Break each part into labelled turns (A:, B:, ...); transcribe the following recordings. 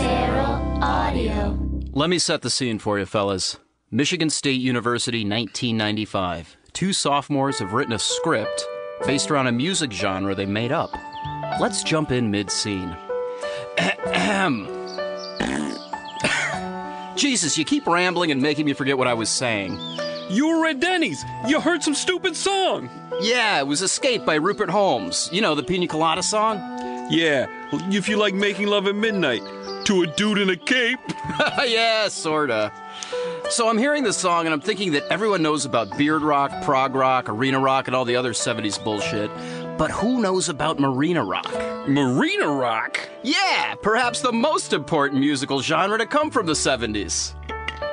A: Feral Audio.
B: Let me set the scene for you, fellas. Michigan State University, 1995. Two sophomores have written a script based around a music genre they made up. Let's jump in mid scene. Jesus, you keep rambling and making me forget what I was saying.
C: You were at Denny's. You heard some stupid song.
B: Yeah, it was Escape by Rupert Holmes. You know, the Pina Colada song?
C: Yeah, if you like making love at midnight to a dude in a cape.
B: yeah, sorta. So I'm hearing this song and I'm thinking that everyone knows about beard rock, prog rock, arena rock, and all the other 70s bullshit, but who knows about marina rock?
C: Marina Rock.
B: Yeah, perhaps the most important musical genre to come from the 70s.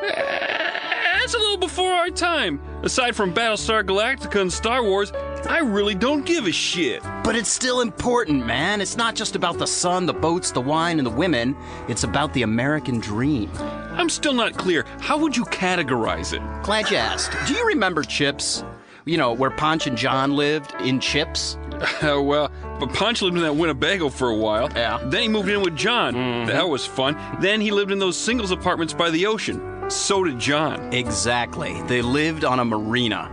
C: That's a little before our time. Aside from Battlestar Galactica and Star Wars, I really don't give a shit.
B: But it's still important, man. It's not just about the sun, the boats, the wine, and the women, it's about the American dream.
C: I'm still not clear. How would you categorize it?
B: Glad you asked. Do you remember Chips? You know, where Ponch and John lived in Chips?
C: Uh, well, but Punch lived in that Winnebago for a while.
B: Yeah.
C: Then he moved in with John. That was fun. Then he lived in those singles apartments by the ocean. So did John.
B: Exactly. They lived on a marina.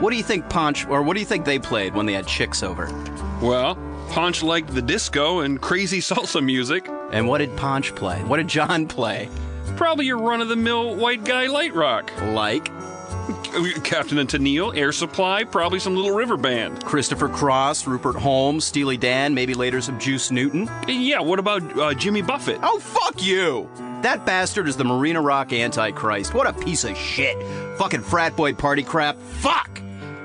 B: What do you think Punch, or what do you think they played when they had chicks over?
C: Well, Punch liked the disco and crazy salsa music.
B: And what did Punch play? What did John play?
C: Probably your run of the mill white guy light rock. Uh,
B: Like
C: Captain and Tennille, Air Supply, probably some Little River Band.
B: Christopher Cross, Rupert Holmes, Steely Dan, maybe later some Juice Newton?
C: And yeah, what about uh, Jimmy Buffett?
B: Oh, fuck you! That bastard is the Marina Rock Antichrist. What a piece of shit. Fucking frat boy party crap. Fuck!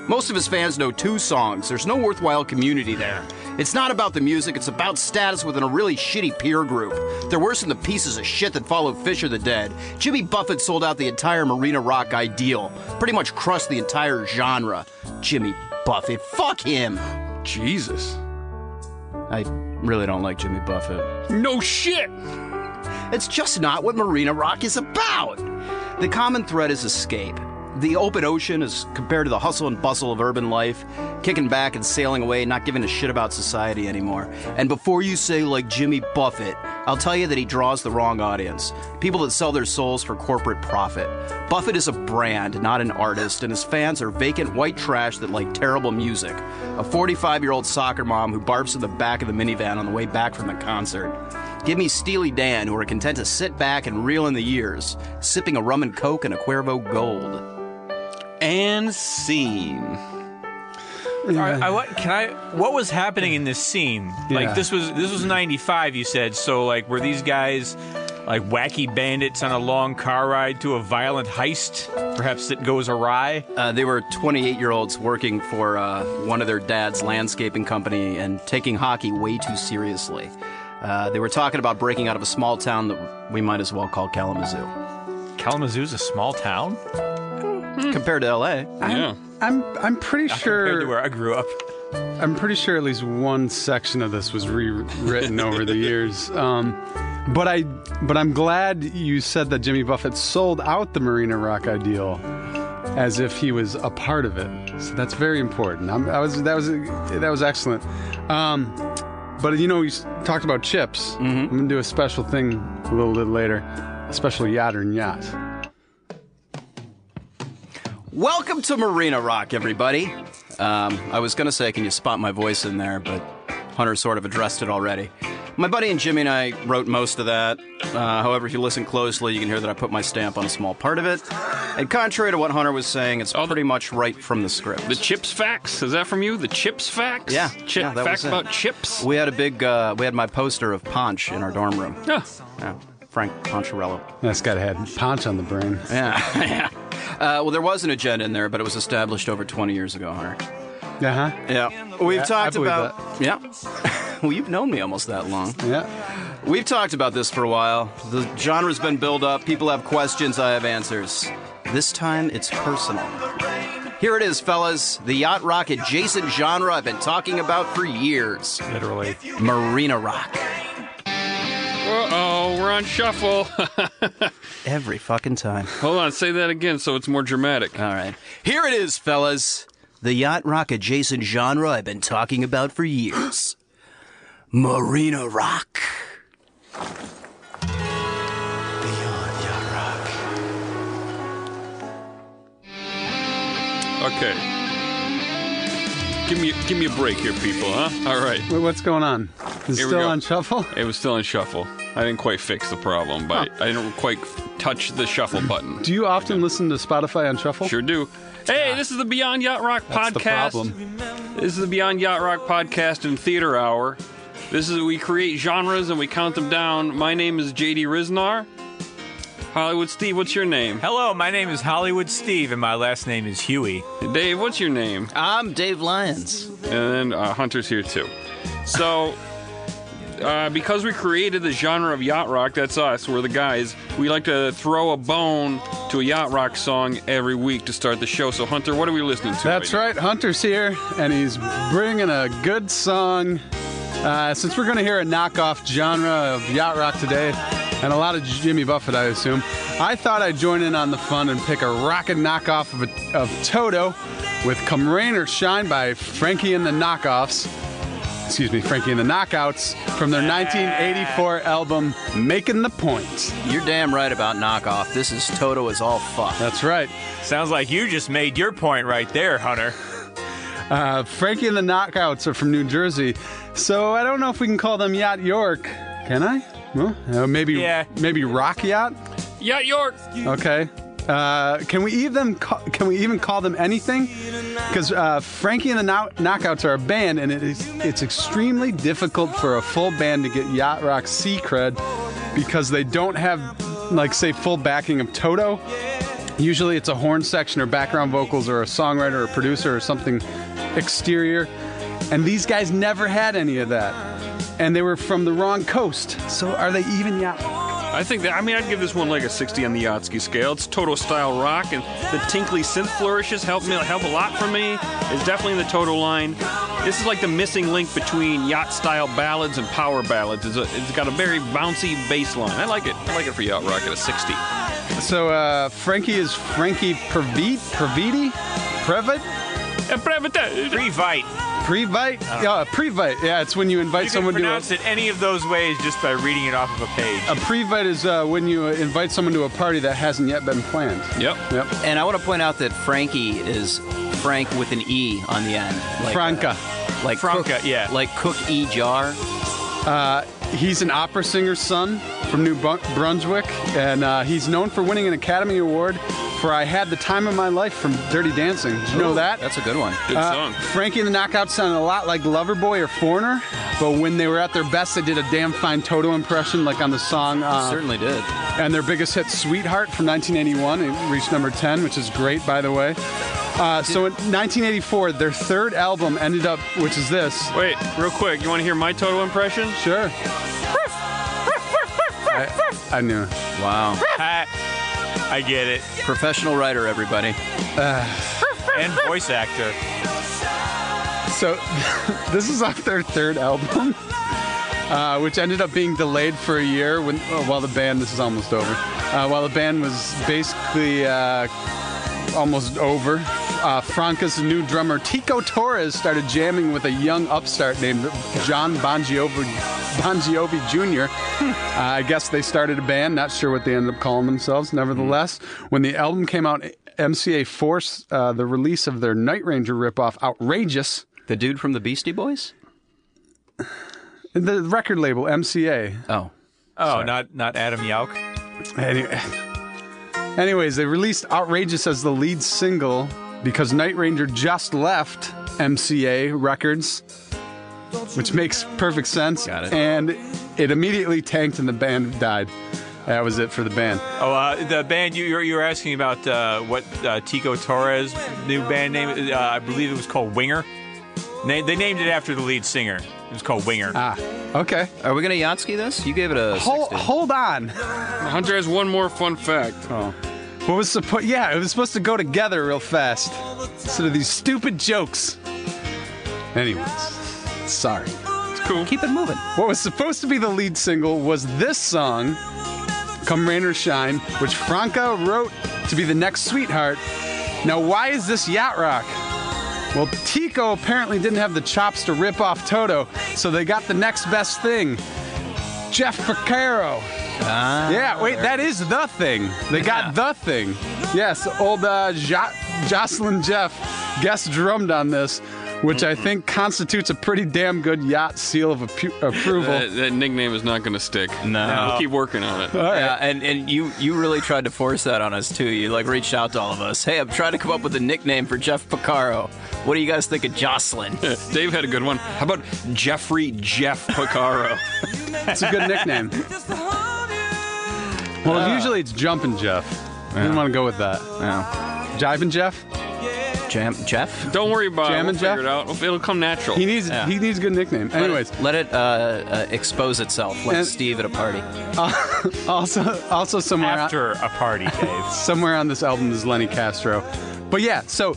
B: Most of his fans know two songs. There's no worthwhile community there. It's not about the music, it's about status within a really shitty peer group. They're worse than the pieces of shit that followed Fisher the Dead. Jimmy Buffett sold out the entire Marina Rock ideal, pretty much crushed the entire genre. Jimmy Buffett, fuck him!
C: Jesus.
B: I really don't like Jimmy Buffett.
C: No shit!
B: It's just not what Marina Rock is about. The common thread is escape. The open ocean is compared to the hustle and bustle of urban life, kicking back and sailing away, not giving a shit about society anymore. And before you say, like Jimmy Buffett, I'll tell you that he draws the wrong audience people that sell their souls for corporate profit. Buffett is a brand, not an artist, and his fans are vacant white trash that like terrible music. A 45 year old soccer mom who barfs in the back of the minivan on the way back from the concert. Give me Steely Dan, who are content to sit back and reel in the years, sipping a rum and coke and a Cuervo Gold.
C: And scene.
D: All right, I, what can I? What was happening in this scene?
C: Yeah.
D: Like this was this was '95. You said so. Like were these guys like wacky bandits on a long car ride to a violent heist, perhaps that goes awry?
B: Uh, they were 28 year olds working for uh, one of their dad's landscaping company and taking hockey way too seriously. Uh, they were talking about breaking out of a small town that we might as well call Kalamazoo.
D: Kalamazoo's a small town
B: Compared to LA,
C: Yeah.
E: I'm I'm pretty
D: compared to
E: sure
D: where I grew up.
E: I'm pretty sure at least one section of this was rewritten over the years. Um, but I but I'm glad you said that Jimmy Buffett sold out the Marina Rock ideal as if he was a part of it. So that's very important. I'm, I was that was that was excellent. Um, but you know you s- talked about chips.
D: Mm-hmm.
E: I'm gonna do a special thing a little bit later. A special yacht or yacht.
B: Welcome to Marina Rock, everybody. Um, I was going to say, can you spot my voice in there? But Hunter sort of addressed it already. My buddy and Jimmy and I wrote most of that. Uh, however, if you listen closely, you can hear that I put my stamp on a small part of it. And contrary to what Hunter was saying, it's pretty much right from Oh, the script.
C: The chips facts. Is that from you? The chips facts?
B: Yeah,
C: Chip
B: yeah, that
C: facts
B: was it.
C: about chips.
B: we had a big, uh, we had my poster of Ponch in our dorm room.
C: Yeah.
B: Yeah, Frank Poncharello.
E: That's got to had Ponch on the brain.
B: Yeah, yeah. Uh, well, there was an agenda in there, but it was established over 20 years ago, Hunter.
E: Uh huh.
B: Yeah, we've
E: I
B: talked
E: believe
B: about. Yeah, well, you've known me almost that long.
E: Yeah.
B: We've talked about this for a while. The genre's been built up. People have questions. I have answers. This time, it's personal. Here it is, fellas. The yacht rock adjacent genre I've been talking about for years.
D: Literally,
B: Marina rock.
C: Uh oh, we're on shuffle.
B: Every fucking time.
C: Hold on, say that again so it's more dramatic.
B: All right. Here it is, fellas. The yacht rock adjacent genre I've been talking about for years. Marina rock.
C: Okay. Give me give me a break here, people, huh? All right.
E: Wait, what's going on? Is it
C: Here we
E: still
C: go.
E: on shuffle?
C: It was still on shuffle. I didn't quite fix the problem, but I didn't quite touch the shuffle button.
E: Do you often listen to Spotify on shuffle?
C: Sure do. Hey, this is the Beyond Yacht Rock
E: That's the
C: podcast.
E: problem.
C: This is the Beyond Yacht Rock podcast and theater hour. This is we create genres and we count them down. My name is JD Riznar. Hollywood Steve, what's your name?
D: Hello, my name is Hollywood Steve, and my last name is Huey.
C: Dave, what's your name?
B: I'm Dave Lyons.
C: and then uh, Hunter's here too. So, uh, because we created the genre of yacht rock, that's us. We're the guys. We like to throw a bone to a yacht rock song every week to start the show. So, Hunter, what are we listening to?
E: That's right. Hunter's here, and he's bringing a good song. Uh, since we're going to hear a knockoff genre of yacht rock today, and a lot of Jimmy Buffett, I assume, I thought I'd join in on the fun and pick a rocket knockoff of, a, of Toto with Come Rain or Shine by Frankie and the Knockoffs. Excuse me, Frankie and the Knockouts from their 1984 album, Making the Point.
B: You're damn right about knockoff. This is Toto is all fuck.
E: That's right.
D: Sounds like you just made your point right there, Hunter.
E: Uh, Frankie and the Knockouts are from New Jersey, so I don't know if we can call them Yacht York. Can I? Well, uh, maybe
D: Yeah.
E: maybe Rock Yacht.
C: Yacht York.
E: Okay. Uh, can we even ca- can we even call them anything? Because uh, Frankie and the Knock- Knockouts are a band, and it is it's extremely difficult for a full band to get yacht rock C cred because they don't have like say full backing of Toto. Usually, it's a horn section or background vocals or a songwriter or producer or something exterior, and these guys never had any of that, and they were from the wrong coast. So are they even yacht?
C: I think that. I mean, I'd give this one like a 60 on the Yatsky scale. It's Toto style rock, and the tinkly synth flourishes help me help a lot for me. It's definitely in the Toto line. This is like the missing link between yacht style ballads and power ballads. It's, a, it's got a very bouncy bass line. I like it. I like it for yacht rock at a 60.
E: So uh, Frankie is Frankie Previte, Previte, Previte,
D: Revite.
E: Previte. Yeah, Previte. Yeah, it's when you invite
D: You can
E: someone to. A,
D: pronounce it any of those ways just by reading it off of a page.
E: a Previte is uh, when you invite someone to a party that hasn't yet been planned.
C: Yep.
E: Yep.
B: And I want to point out that Frankie is Frank with an E on the end. Like,
E: Franca.
B: uh, like
D: Franca,
B: Cook,
D: yeah.
B: Like Cook E. Jar.
E: He's an opera singer's son from New Bru- Brunswick, and uh, he's known for winning an Academy Award for "I Had the Time of My Life" from Dirty Dancing. Did you know that?
B: That's a good one.
C: Good
E: Uh,
C: song.
E: Frankie and the Knockouts sounded a lot like Loverboy or Foreigner, but when they were at their best, they did a damn fine Toto impression, like on the song uh,
B: Certainly did.
E: and their biggest hit, Sweetheart, from 1981. It reached number 10, which is great, by the way. Uh, so in 1984, their third album ended up, which is this.
C: Wait, real quick. You want to hear my Toto impression?
E: Sure. I, I knew.
B: Wow.
D: I, I get it.
B: Professional writer, everybody.
D: And voice actor.
E: So this is off their third album, uh, which ended up being delayed for a year when, oh, while the band, this is almost over, uh, while the band was basically uh, almost over. Uh, Franca's new drummer Tico Torres started jamming with a young upstart named John Bongiovi, Bongiovi Jr. Uh, I guess they started a band. Not sure what they ended up calling themselves. Nevertheless, when the album came out, MCA forced uh, the release of their Night Ranger ripoff, Outrageous,
B: The dude from the Beastie Boys?
E: The record label MCA.
B: Oh.
D: Oh, not not Adam Yauch.
E: Anyway, anyways, they released "Outrageous" as the lead single because Night Ranger just left MCA Records, which makes perfect sense.
B: Got it.
E: And it immediately tanked, and the band died. That was it for the band.
D: Oh, uh, the band you you're, you're asking about uh, what uh, Tico Torres' new band name? Uh, I believe it was called Winger. Na- they named it after the lead singer. It was called Winger.
E: Ah, okay.
B: Are we going to Yatsky this? You gave it a
E: Hold,
B: 60.
E: hold on. Oh.
C: Hunter has one more fun fact.
E: What was supposed? Yeah, it was supposed to go together real fast. Instead of these stupid jokes. Anyways, sorry.
C: It's cool.
B: Keep it moving.
E: What was supposed to be the lead single was this song, Come Rain or Shine, which Franca wrote to be the next sweetheart. Now, why is this yacht rock? Well, Tico apparently didn't have the chops to rip off Toto, so they got the next best thing. Jeff Porcaro. yeah, wait, that is the thing. They got the thing. Yes, old uh, jo- Jocelyn Jeff guest drummed on this, which I think constitutes a pretty damn good yacht seal of appu- approval.
C: That, that nickname is not going to stick.
F: No.
C: We'll keep working on it.
B: Uh.
F: Yeah, and, and you you really tried to force that on us too. You like reached out to all of us. Hey, I'm trying to come up with a nickname for Jeff Picaro. What do you guys think of Jocelyn?
C: Dave had a good one. How about Jeffrey Jeff Picaro?
E: It's a good nickname. Well, usually it's Jumpin' Jeff. I didn't want to go with that. Jivin' Jeff.
F: Jam- Jeff?
C: Don't worry about
E: Jam
C: it. We'll
E: and
C: figure
E: Jeff?
C: it out. It'll come natural.
E: He needs he needs a good nickname. Anyways,
F: let it, let it uh, uh, expose itself like
E: And-
F: Steve at a party.
E: also also somewhere on-
D: After a party, Dave.
E: somewhere on this album is Lenny Castro. But yeah, so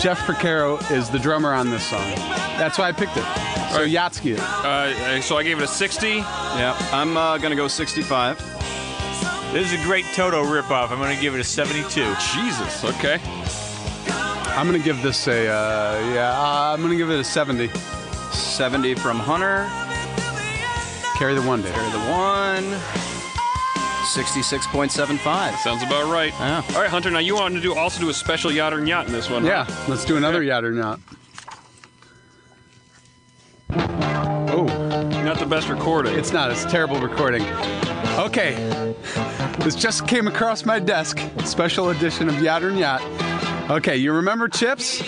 E: Jeff Percaro is the drummer on this song. That's why I picked it. So Yatsky it.
C: Uh, uh, so I gave it a 60.
B: Yeah, I'm uh, gonna go 65.
D: This is a great Toto ripoff. I'm going to give it a 72.
C: Jesus. Okay.
E: I'm gonna give this a uh, yeah. Uh, I'm gonna give it a 70.
B: 70 from Hunter.
E: Carry the one day.
B: Carry the one. 66.75.
C: Sounds about right.
B: Yeah.
C: All right, Hunter. Now you want to do also do a special yacht and yacht in this one.
E: Yeah,
C: huh?
E: let's do another yacht or not. Oh,
C: Not the best recording.
E: it's not. It's a terrible recording. Okay, this just came across my desk. Special edition of Yacht or Yacht. Okay, you remember Chips?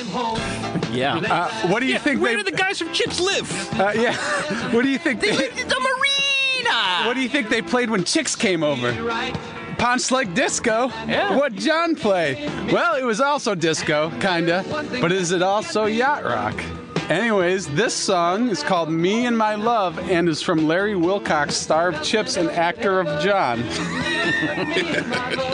B: Yeah.
E: Uh, what do you think
C: Where
E: they?
C: do the guys from Chips live?
E: Uh, yeah. What do you think? They,
F: The Marina!
E: what do you think they played when chicks came over? Punch like disco.
F: Yeah.
E: What John play? Well, it was also disco, kinda. But is it also yacht rock? Anyways, this song is called "Me and My Love" and is from Larry Wilcox, star of Chips and actor of John.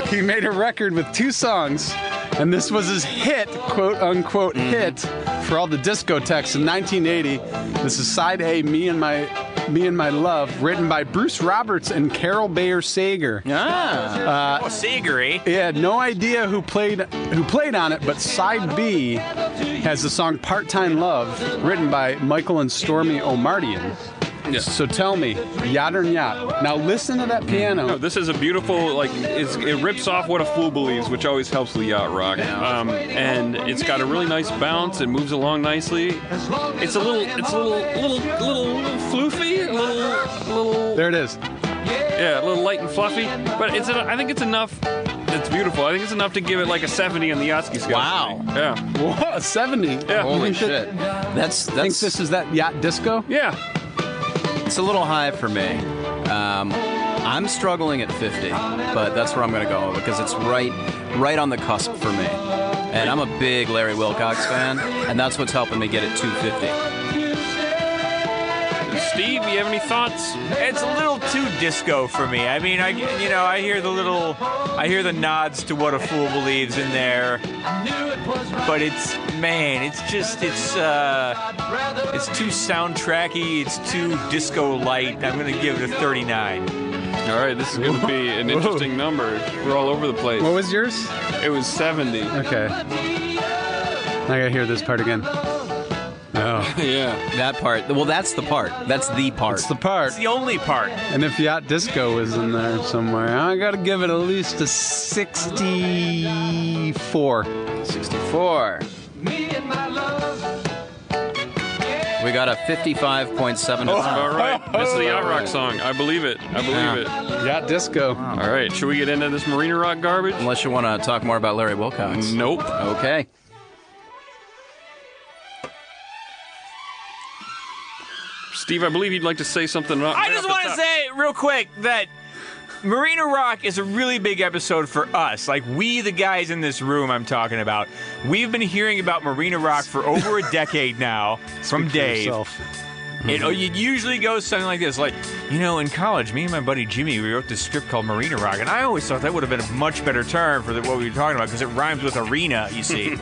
E: he made a record with two songs, and this was his hit, quote unquote, hit for all the discotheques in 1980. This is side A, "Me and My." Me and My Love, written by Bruce Roberts and Carol Bayer Sager.
B: Ah.
D: oh, Seeger, eh?
E: Yeah, no idea who played who played on it, but side B has the song "Part-Time Love" written by Michael and Stormy Omardian.
C: Yeah.
E: So tell me, yacht or yacht? Now listen to that
C: No,
E: piano.
C: Oh, this is a beautiful like it's, it rips off what a fool believes, which always helps the yacht rock. Um, and it's got a really nice bounce. It moves along nicely. It's a little, it's a little, little, little, little floofy, a little, little,
E: There it is.
C: yeah, a little light and fluffy. But it's, en- I think it's enough. It's beautiful. I think it's enough to give it like a 70 on the Yatsky scale.
F: Wow.
C: Yeah.
E: Whoa, seventy.
C: Yeah.
B: Holy
E: You think that-
B: shit.
F: That's,
E: Think
F: that's
E: this is that yacht disco?
C: Yeah.
B: It's a little high for me.
F: Um, I'm struggling at 50, but that's where I'm going to go because it's right, right on the cusp for me. And I'm a big Larry Wilcox fan, and that's what's helping me get it 250.
C: Steve, you have any thoughts?
D: It's a little too disco for me. I mean, I you know, I hear the little, I hear the nods to what a fool believes in there, but it's man, it's just it's uh, it's too soundtracky. It's too disco light. I'm gonna give it a 39.
C: All right, this is going to be an interesting number. We're all over the place.
E: What was yours?
C: It was 70.
E: Okay. I gotta hear this part again. Oh,
C: yeah.
F: That part, well, that's the part. That's the part.
E: it's the part.
D: It's the only part.
E: And if yacht disco is in there somewhere, I gotta give it at least a sixty-four.
F: 64. We got a
B: Oh,
F: 55.7.
C: All right. This is the yacht rock song. I believe it. I believe
F: Yeah.
C: it.
E: Yacht disco.
C: All right, should we get into this Marina Rock garbage?
F: Unless you want to talk more about Larry Wilcox.
B: Mm-hmm.
C: Nope.
F: Okay.
C: Steve, I believe you'd like to say something. Right
D: I just
C: off the
D: want to
C: top.
D: say real quick that Marina Rock is a really big episode for us. Like we, the guys in this room, I'm talking about. We've been hearing about Marina Rock for over a decade now from
E: Speak for
D: Dave.
E: yourself.
D: It, oh, it usually goes something like this: like, you know, in college, me and my buddy Jimmy we wrote this script called Marina Rock, and I always thought that would have been a much better term for the, what we were talking about because it rhymes with arena. You see,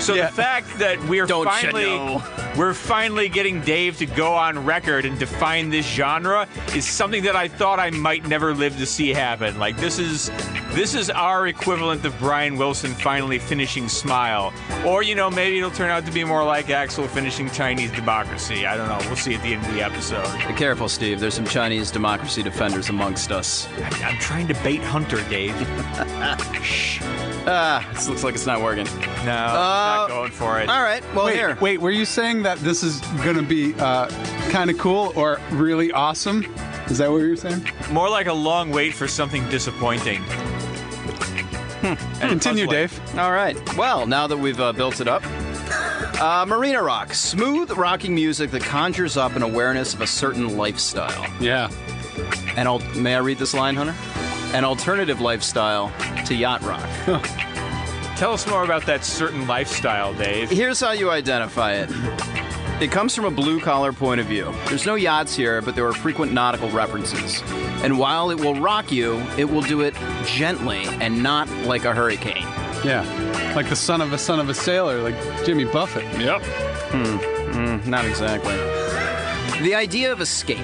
D: so
E: Yeah.
D: the fact that we're
F: Don't you
D: finally
F: know?
D: we're finally getting Dave to go on record and define this genre is something that I thought I might never live to see happen. Like this is this is our equivalent of Brian Wilson finally finishing Smile, or you know maybe it'll turn out to be more like Axel finishing Chinese Democracy. I don't know. We'll see at the end of the episode.
F: Be careful, Steve. There's some Chinese democracy defenders amongst us.
D: I'm trying to bait Hunter, Dave. Shh.
B: Ah, this looks like it's not working.
D: No, not going for it.
B: All right, well,
E: Wait,
B: here.
E: wait, were you saying that this is gonna be uh, kind of cool or really awesome? Is that what you were saying?
D: More like a long wait for something disappointing. And
E: Continue,
D: puzzling.
E: Dave.
B: All right. Well, now that we've uh, built it up, uh, Marina Rock, smooth rocking music that conjures up an awareness of a certain lifestyle.
E: Yeah.
B: And al- may I read this line, Hunter? An alternative lifestyle to yacht rock.
D: Tell us more about that certain lifestyle, Dave.
B: Here's how you identify it. It comes from a blue collar point of view. There's no yachts here, but there are frequent nautical references. And while it will rock you, it will do it gently and not like a hurricane.
E: Yeah. Like the son of a son of a sailor, like Jimmy Buffett.
C: Yep.
B: Not exactly. The idea of escape,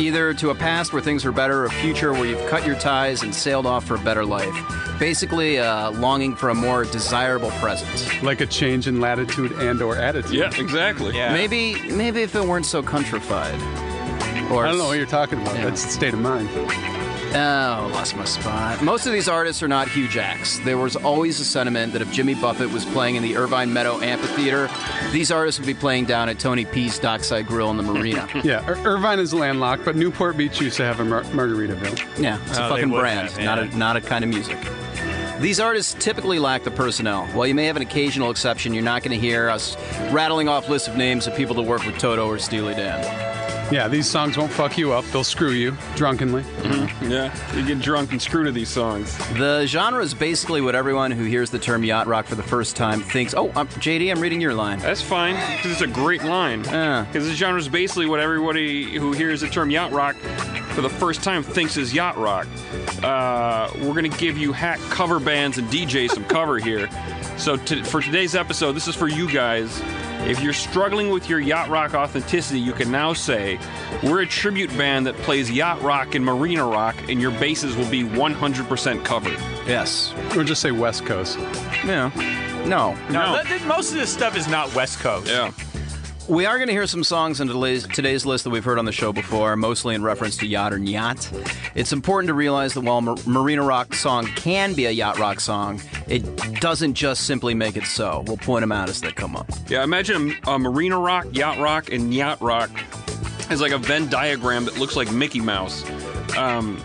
B: either to a past where things were better or a future where you've cut your ties and sailed off for a better life. Basically, uh, longing for a more desirable present.
E: Like a change in latitude and or attitude.
C: Yeah, exactly.
D: Yeah.
B: Maybe, maybe if it weren't so countrified. Or
E: I don't know what you're talking about.
B: Yeah.
E: That's the state of mind.
B: Oh, lost my spot. Most of these artists are not huge acts. There was always a sentiment that if Jimmy Buffett was playing in the Irvine Meadow Amphitheater, these artists would be playing down at Tony P's Dockside Grill in the Marina.
E: Yeah, Ir- Irvine is landlocked, but Newport Beach used to have a mar- Margaritaville.
B: Yeah, it's
D: Oh,
B: a
D: they
B: fucking
D: would
B: brand,
D: have, yeah.
B: not a not a kind of music. These artists typically lack the personnel. While you may have an occasional exception, you're not going to hear us rattling off lists of names of people to work with Toto or Steely Dan.
E: Yeah, these songs won't fuck you up. They'll screw you drunkenly.
C: Mm-hmm. Yeah. You get drunk and screw to these songs.
B: The genre is basically what everyone who hears the term yacht rock for the first time thinks. Oh, I'm, JD, I'm reading your line.
D: Uh,
C: That's fine, because it's a great line.
B: Yeah.
C: Because this genre is basically what everybody who hears the term yacht rock for the first time thinks is yacht rock. Uh, we're going to give you hack cover bands and DJs some cover here. So to, for today's episode, this is for you guys. If you're struggling with your yacht rock authenticity, you can now say, We're a tribute band that plays yacht rock and marina rock, and your bases will be 100% covered.
B: Yes.
E: Or just say West Coast.
B: Yeah. No.
D: No,
C: No.
D: that- that- most of this stuff is not West Coast.
C: Yeah.
B: We are going to hear some songs in today's, today's list that we've heard on the show before, mostly in reference to yacht or yacht. It's important to realize that while Mar- Marina Rock song can be a yacht rock song, it doesn't just simply make it so. We'll point them out as they come up.
C: Yeah, imagine a, a marina rock, yacht rock, and yacht rock is like a Venn diagram that looks like Mickey Mouse. Um,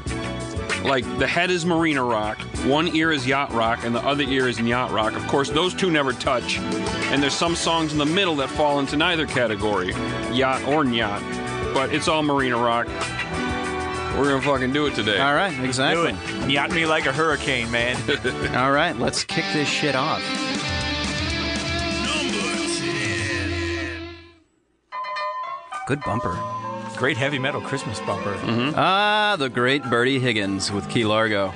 C: like the head is marina rock, one ear is yacht rock, and the other ear is yacht rock. Of course, those two never touch, and there's some songs in the middle that fall into neither category, yacht or yacht. But it's all marina rock. We're gonna fucking do it today.
B: All right,
D: Do
B: exactly.
D: it. Yacht me like a hurricane, man.
B: All right, let's kick this shit off. Good bumper.
D: Great heavy metal Christmas bumper.
B: Ah, the great Bertie Higgins with Key Largo.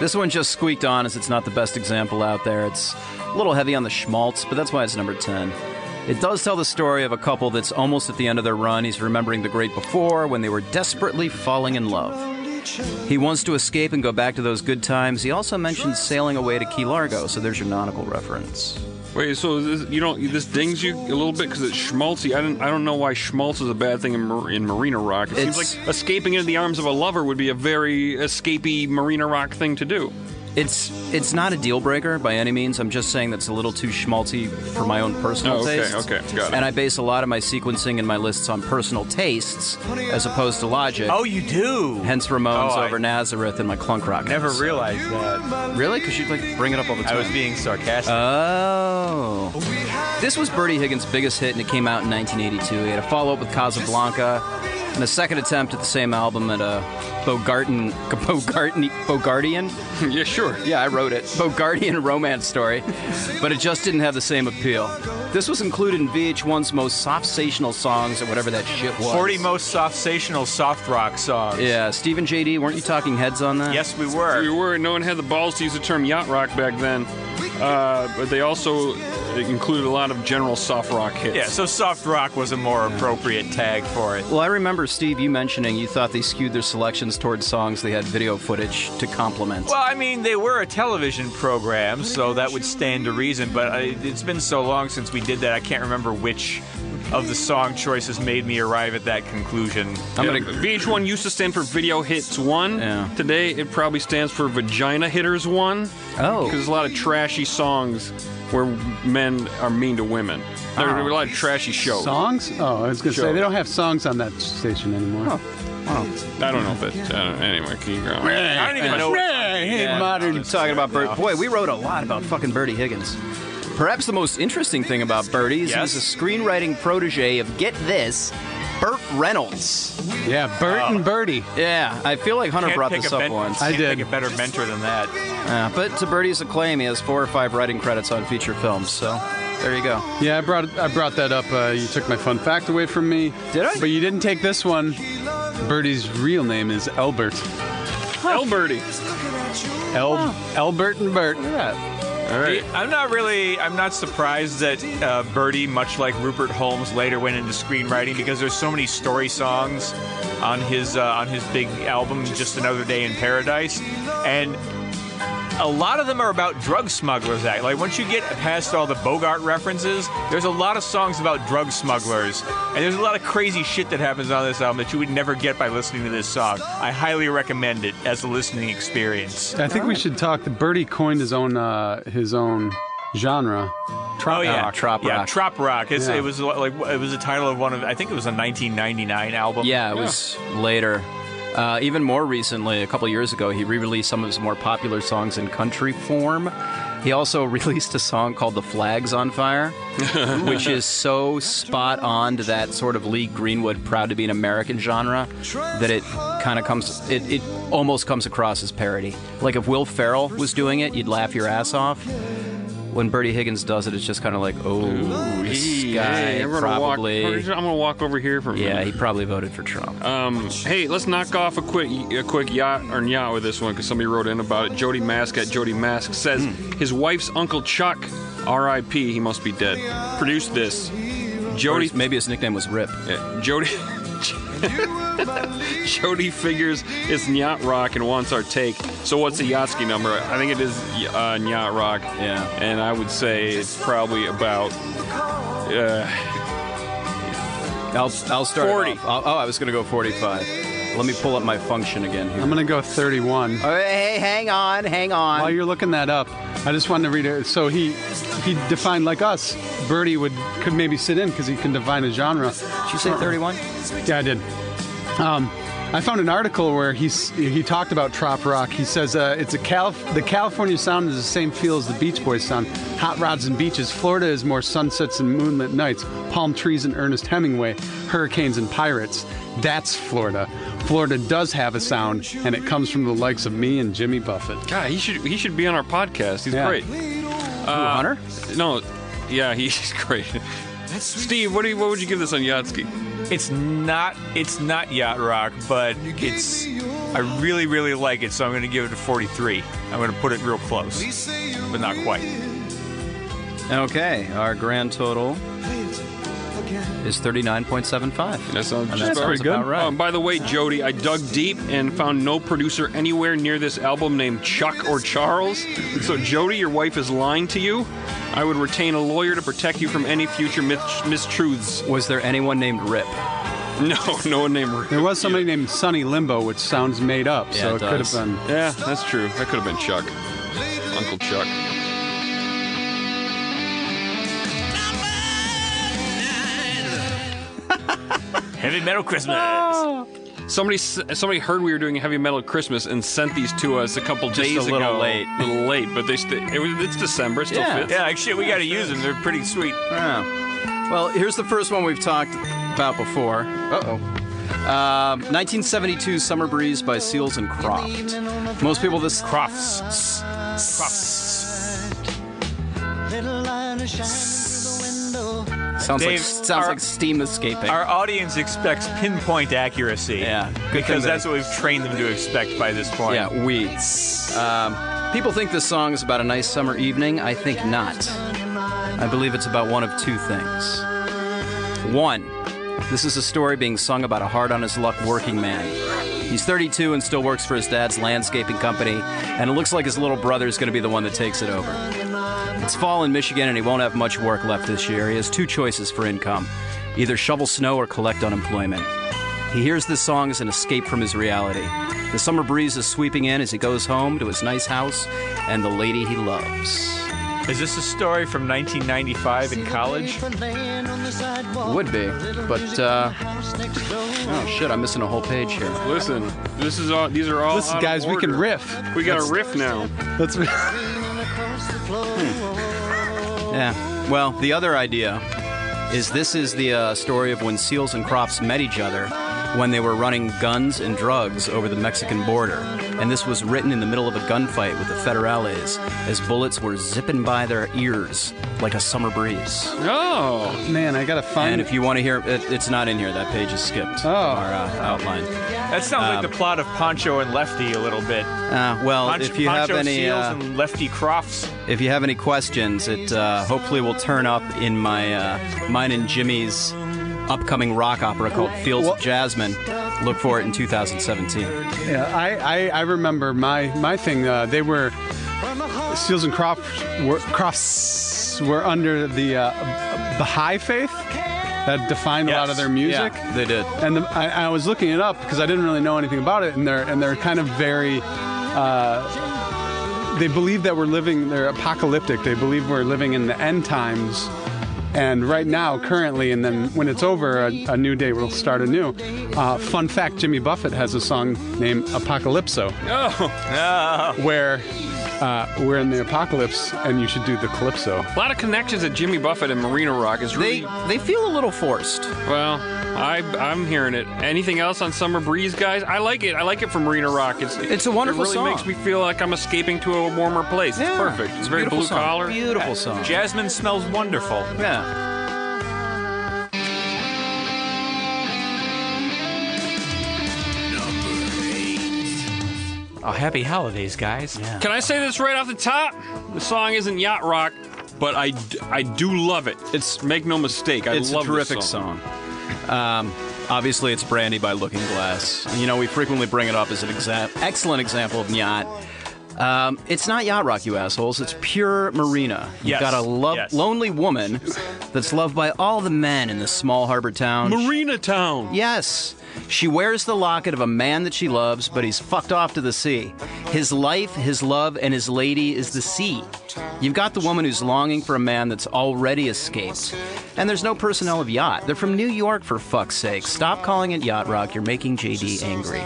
B: This one just squeaked on as it's not the best example out there. It's a little heavy on the schmaltz, but that's why it's number 10. It does tell the story of a couple that's almost at the end of their run. He's remembering the great before when they were desperately falling in love. He wants to escape and go back to those good times. He also mentions sailing away to Key Largo, so there's your nautical reference.
C: Wait, so this, you don't this dings you a little bit because it's schmaltzy. I don't I don't know why schmaltz is a bad thing in, mar, in Marina Rock. It
B: It's-
C: seems like escaping into the arms of a lover would be a very escapey Marina Rock thing to do.
B: It's it's not a deal breaker by any means. I'm just saying that's a little too schmaltzy for my own personal
C: Oh, okay,
B: taste.
C: okay, got it.
B: And I base a lot of my sequencing and my lists on personal tastes as opposed to logic.
D: Oh, you do.
B: Hence Ramones
D: Oh, I-
B: over Nazareth and my clunk rock.
D: Never
B: episode.
D: realized that.
B: Really? Because you'd like bring it up all the time.
D: I was being sarcastic.
B: Uh, Oh. This was Bertie Higgins' biggest hit, and it came out in 1982. He had a follow up with Casablanca and a second attempt at the same album at a Bogarten, Bogarten, Bogardian.
C: yeah, sure.
B: Yeah, I wrote it. Bogardian romance story, but it just didn't have the same appeal. This was included in VH1's most soft-sational songs or whatever that shit was.
D: 40 most soft sational soft rock songs.
B: Yeah, Steve and JD, weren't you talking heads on that?
D: Yes, we
C: We
D: were.
C: were no one had the balls to use the term yacht rock back then, uh, but they also included a lot of general soft rock hits.
D: Yeah, so soft rock was a more appropriate tag for it.
B: Well, I remember Steve, you mentioning you thought they skewed their selections towards songs they had video footage to complement.
D: Well, I mean, they were a television program, so that would stand to reason. But I, it's been so long since we did that, I can't remember which of the song choices made me arrive at that conclusion.
B: I'm
C: Yeah.
B: gonna.
C: VH1 used to stand for Video Hits One.
B: Yeah.
C: Today, it probably stands for Vagina Hitters One.
B: Oh.
C: because there's a lot of trashy songs where men are mean to women. There are
B: Oh.
C: a lot of trashy shows.
E: Songs? Oh, I was gonna say
C: Sure.
E: they don't have songs on that station anymore.
C: I don't know if that's uh, anyway. Keep going.
D: I don't even know.
E: Hey,
B: Yeah.
E: modern.
G: We're talking about Bert. Boy, we wrote a lot about fucking Bertie Higgins.
B: Perhaps the most interesting thing about Birdie is he's
D: Yes?
G: He's a screenwriting protege of get this, Burt Reynolds.
E: Yeah, Bert
C: Oh.
E: and Birdie.
B: Yeah, I feel like Hunter
D: Can't
B: brought
D: pick
B: this
D: a
B: up
D: ben-
B: once.
E: I
D: can't
E: did.
D: pick a better mentor than that.
B: Uh, but to Birdie's acclaim, he has four or five writing credits on feature films, so there you go.
E: Yeah, I brought I brought that up. Uh, you took my fun fact away from me.
B: Did I?
E: But you didn't take this one. Birdie's real name is Albert.
C: Alberti.
E: El, Albert and Bert.
C: All right.
D: I'm not really. I'm not surprised that uh, Birdie, much like Rupert Holmes, later went into screenwriting because there's so many story songs on his uh, on his big album, Just Another Day in Paradise, and a lot of them are about drug smugglers. Act like once you get past all the Bogart references, there's a lot of songs about drug smugglers, and there's a lot of crazy shit that happens on this album that you would never get by listening to this song. I highly recommend it as a listening experience.
E: I think we should talk. Birdie coined his own uh, his own genre.
D: oh yeah,
B: rock, Uh, trop
D: yeah,
B: rock.
D: Trop Rock. It's,
E: Yeah.
D: It was like it was the title of one of I think it was a 1999 album.
B: Yeah, it was later. Uh, even more recently, a couple years ago, he re released some of his more popular songs in country form. He also released a song called The Flags on Fire, which is so spot on to that sort of Lee Greenwood proud to be an American genre that it kind of comes, it, it almost comes across as parody. Like if Will Ferrell was doing it, you'd laugh your ass off. When Bertie Higgins does it, it's just kind of like, oh, this
C: Hey,
B: guy
C: I'm gonna
B: probably.
C: Walk, I'm gonna walk over here for a
B: yeah,
C: minute.
B: he probably voted for Trump.
C: Um, hey, let's knock off a quick a quick yacht or yacht with this one because somebody wrote in about it. Jody Mask at Jody Mask says
B: Hmm.
C: his wife's uncle Chuck, R.I.P. He must be dead. Produced this.
B: Or
C: Jody,
B: his- maybe his nickname was Rip.
C: uh, Jody. Jody figures it's Yacht Rock and wants our take. So what's the Yatsky number? I think it is uh, Yacht Rock.
B: Yeah.
C: And I would say it's probably about uh,
B: I'll, I'll start. it
C: 40.
B: off. I'll- oh, I was going to go 45. Let me pull up my function again here.
E: I'm gonna go 31.
B: Oh, hey, hang on, hang on.
E: While you're looking that up, I just wanted to read it. So he he defined like us. Birdie would could maybe sit in because he can define a genre.
B: Did you say 31?
E: Yeah, I did. Um, I found an article where he's he talked about trop rock. He says uh, it's a Calif- the California sound is the same feel as the Beach Boys sound. Hot rods and beaches. Florida is more sunsets and moonlit nights, palm trees and Ernest Hemingway, hurricanes and pirates. That's Florida. Florida does have a sound, and it comes from the likes of me and Jimmy Buffett.
C: God. He should he should be on our podcast. He's
E: Yeah.
C: great. Uh,
B: Ooh, Hunter?
C: No, yeah, he's great. Steve, what do you, what would you give this on Yatsky?
D: It's not it's not yacht rock, but it's I really really like it, so I'm going to give it a 43. I'm going to put it real close, but not quite.
B: Okay, our grand total is 39.75.
C: That
B: And
C: sounds just
B: that
C: about
B: sounds
E: pretty good.
B: about right.
C: Um, by the way, Jody, I dug deep and found no producer anywhere near this album named Chuck or Charles. So, Jody, your wife is lying to you. I would retain a lawyer to protect you from any future mis- mistruths.
B: Was there anyone named Rip?
C: No, no one named Rick.
E: There was somebody named Sonny Limbo, which sounds made up, so
B: Yeah,
E: it
B: it
E: could have
B: does.
E: been.
C: Yeah, that's true. That could have been Chuck. Uncle Chuck.
D: Heavy metal Christmas.
B: Oh.
C: Somebody s- somebody heard we were doing heavy metal Christmas and sent these to us a couple days
B: a little
C: ago.
B: late.
C: a little late, but they st- it was, it's December. It still
B: Yeah.
C: fits.
D: Yeah, like shit, we got to use them. They're pretty sweet.
B: Yeah. Well, here's the first one we've talked about before. Uh-oh. Um, 1972 Summer Breeze by Seals and Croft. Most people this
D: Crofts.
B: sounds like
D: Dave,
B: sounds
D: our-
B: like steam escaping.
D: Our audience expects pinpoint accuracy.
B: Yeah, good thing
D: because
B: that-
D: that's what we've trained them to expect by this point.
B: Yeah, we. Um, people think this song is about a nice summer evening. I think not. I believe it's about one of two things. One, this is a story being sung about a hard on his luck working man. He's 32 and still works for his dad's landscaping company, and it looks like his little brother is going to be the one that takes it over. It's fall in Michigan and he won't have much work left this year. He has two choices for income either shovel snow or collect unemployment. He hears this song as an escape from his reality. The summer breeze is sweeping in as he goes home to his nice house and the lady he loves.
D: Is this a story from 1995 in college?
B: Would be, but uh, oh shit, I'm missing a whole page here.
C: Listen, this is all. These are all.
E: Listen,
C: out of
E: guys, we can
C: order.
E: riff.
C: We got a riff now.
E: Let's.
B: Yeah. Well, the other idea is this is the uh, story of when seals and crops met each other when they were running guns and drugs over the Mexican border. And this was written in the middle of a gunfight with the Federales as bullets were zipping by their ears like a summer breeze.
C: Oh,
E: Man, I gotta
B: And
E: find
B: if you want to hear, it, it's not in here. That page is skipped.
E: Oh.
B: Our uh, outline.
D: That sounds like the plot of Poncho and Lefty a little bit.
B: Uh, Um, well,
D: Poncho,
B: if you have
D: Poncho
B: any,
D: Seals
B: uh,
D: and Lefty Crofts.
B: if you have any questions, it uh, hopefully will turn up in my uh, mine and Jimmy's upcoming rock opera called Fields
E: Well-
B: of Jasmine. Look for it in 2017.
E: Yeah, I, I, I remember my my thing. Uh, they were Seals and Crofts were, Crofts were under the uh, the high faith that defined a lot
D: Yes.
E: of their music.
B: Yeah, they did.
E: And the, I, I was looking it up because I didn't really know anything about it, and they're and they're kind of very. Uh, they believe that we're living. They're apocalyptic. They believe we're living in the end times. And right now, currently, and then when it's over, a, a new day will start anew. Uh, fun fact: Jimmy Buffett has a song named "Apocalypso," where uh, we're in the apocalypse, and you should do the calypso.
C: a lot of connections at Jimmy Buffett and Marina Rock is really
B: They they feel a little forced.
C: well. I I'm hearing it. Anything else on Summer Breeze, guys? I like it. I like it from Marina Rock. It's
B: It's a wonderful
C: It really
B: song.
C: makes me feel like I'm escaping to a warmer place. It's perfect. It's very
B: Beautiful
C: blue
B: song.
C: collar.
B: Beautiful song.
D: Jasmine smells wonderful.
B: Yeah.
D: Oh, happy holidays, guys.
C: Can I say this right off the top? The song isn't yacht rock, but I, d- I do love it. It's make no mistake. I
B: it's
C: love
B: a
C: this
B: terrific
C: song.
B: song. Um, obviously, it's Brandy by Looking Glass. You know, we frequently bring it up as an exa- excellent example of yacht. Um, it's not yacht rock, you assholes. It's pure marina. You've
D: Yes,
B: got a lo-
D: yes.
B: lonely woman that's loved by all the men in this small harbor town.
C: Marina Town.
B: Yes. She wears the locket of a man that she loves, but he's fucked off to the sea. His life, his love, and his lady is the sea. You've got the woman who's longing for a man that's already escaped. And there's no personnel of yacht. They're from New York, for fuck's sake. Stop calling it yacht rock. You're making JD angry.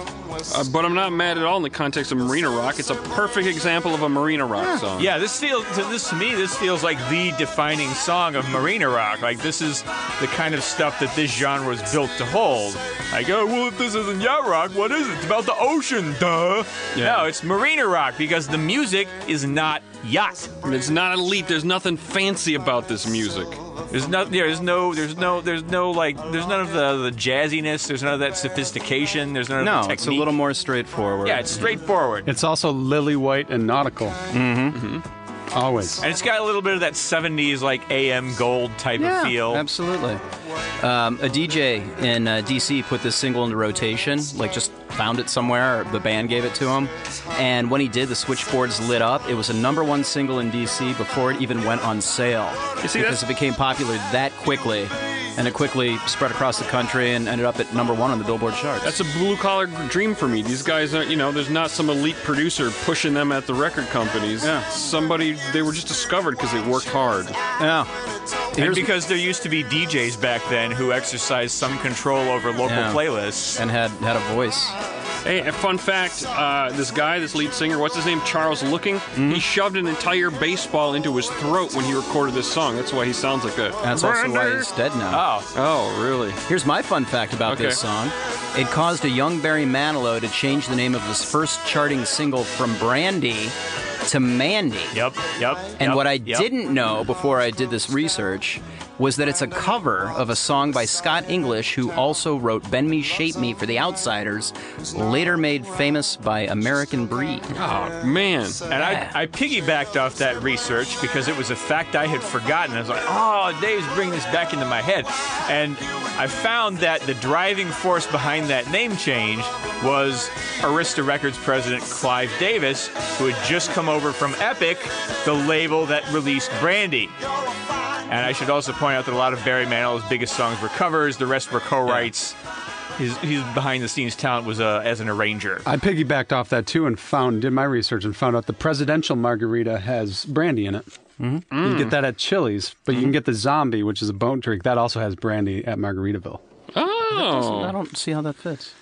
C: Uh, but I'm not mad at all in the context of Marina Rock. It's a perfect example of a Marina Rock song.
D: Yeah, this feels to this to me. This feels like the defining song of Marina Rock. Like this is the kind of stuff that this genre was built to hold. Like, oh well, if this isn't yacht rock, what is it? It's about the ocean, duh. No, it's Marina Rock because the music is not yacht.
C: And It's not elite. There's nothing fancy about this music.
D: There's no, there's no, there's no, there's no like, there's none of the, the jazziness. There's none of that sophistication. There's none of the
B: No,
D: technique.
B: it's a little more straightforward.
D: Yeah, it's straightforward,
E: It's also lily white and nautical. Mm-hmm. Always.
D: and it's got a little bit of that '70s like AM gold type
B: yeah,
D: of feel.
B: absolutely. Um, a DJ in uh, DC put this single into rotation, like just found it somewhere, or the band gave it to him. And when he did, the switchboards lit up. It was a number one single in DC before it even went on sale
C: see,
B: because
C: that's-
B: it became popular that quickly. And it quickly spread across the country and ended up at number one on the Billboard charts.
C: That's a blue collar dream for me. These guys aren't, you know, there's not some elite producer pushing them at the record companies.
B: Yeah.
C: Somebody, they were just discovered because they worked hard.
B: yeah.
D: And
B: Here's-
D: because there used to be DJs back then who exercised some control over local
B: Yeah.
D: playlists.
B: and had had a voice.
C: Hey, a fun fact uh, this guy, this lead singer, what's his name? Charles Looking.
B: Mm-hmm.
C: He shoved an entire baseball into his throat when he recorded this song. That's why he sounds like that.
B: That's also why
C: Brandy.
B: he's dead now.
D: Oh,
C: Oh, really?
B: Here's my fun fact about
C: Okay.
B: this song. It caused a young Barry Manilow to change the name of his first charting single from Brandy to Mandy.
D: yep, yep.
B: And
D: yep,
B: what I
D: yep.
B: didn't know before I did this research was that it's a cover of a song by Scott English, who also wrote Bend Me, Shape Me for The Outsiders, later made famous by American Breed.
C: Oh, man.
D: And I, I piggybacked off that research because it was a fact I had forgotten. I was like, oh, Dave's bringing this back into my head. And I found that the driving force behind that name change was Arista Records president Clive Davis, who had just come over from Epic, the label that released Brandy. And I should also point out that a lot of Barry Manilow's biggest songs were covers, the rest were co-writes. His, his behind-the-scenes talent was uh, as an arranger.
E: I piggybacked off that too and found did my research and found out the presidential margarita has brandy in it. Mm-hmm. You get that at Chili's, but you can get the zombie, which is a bone drink that also has brandy at Margaritaville.
C: Oh.
B: I don't see how that fits.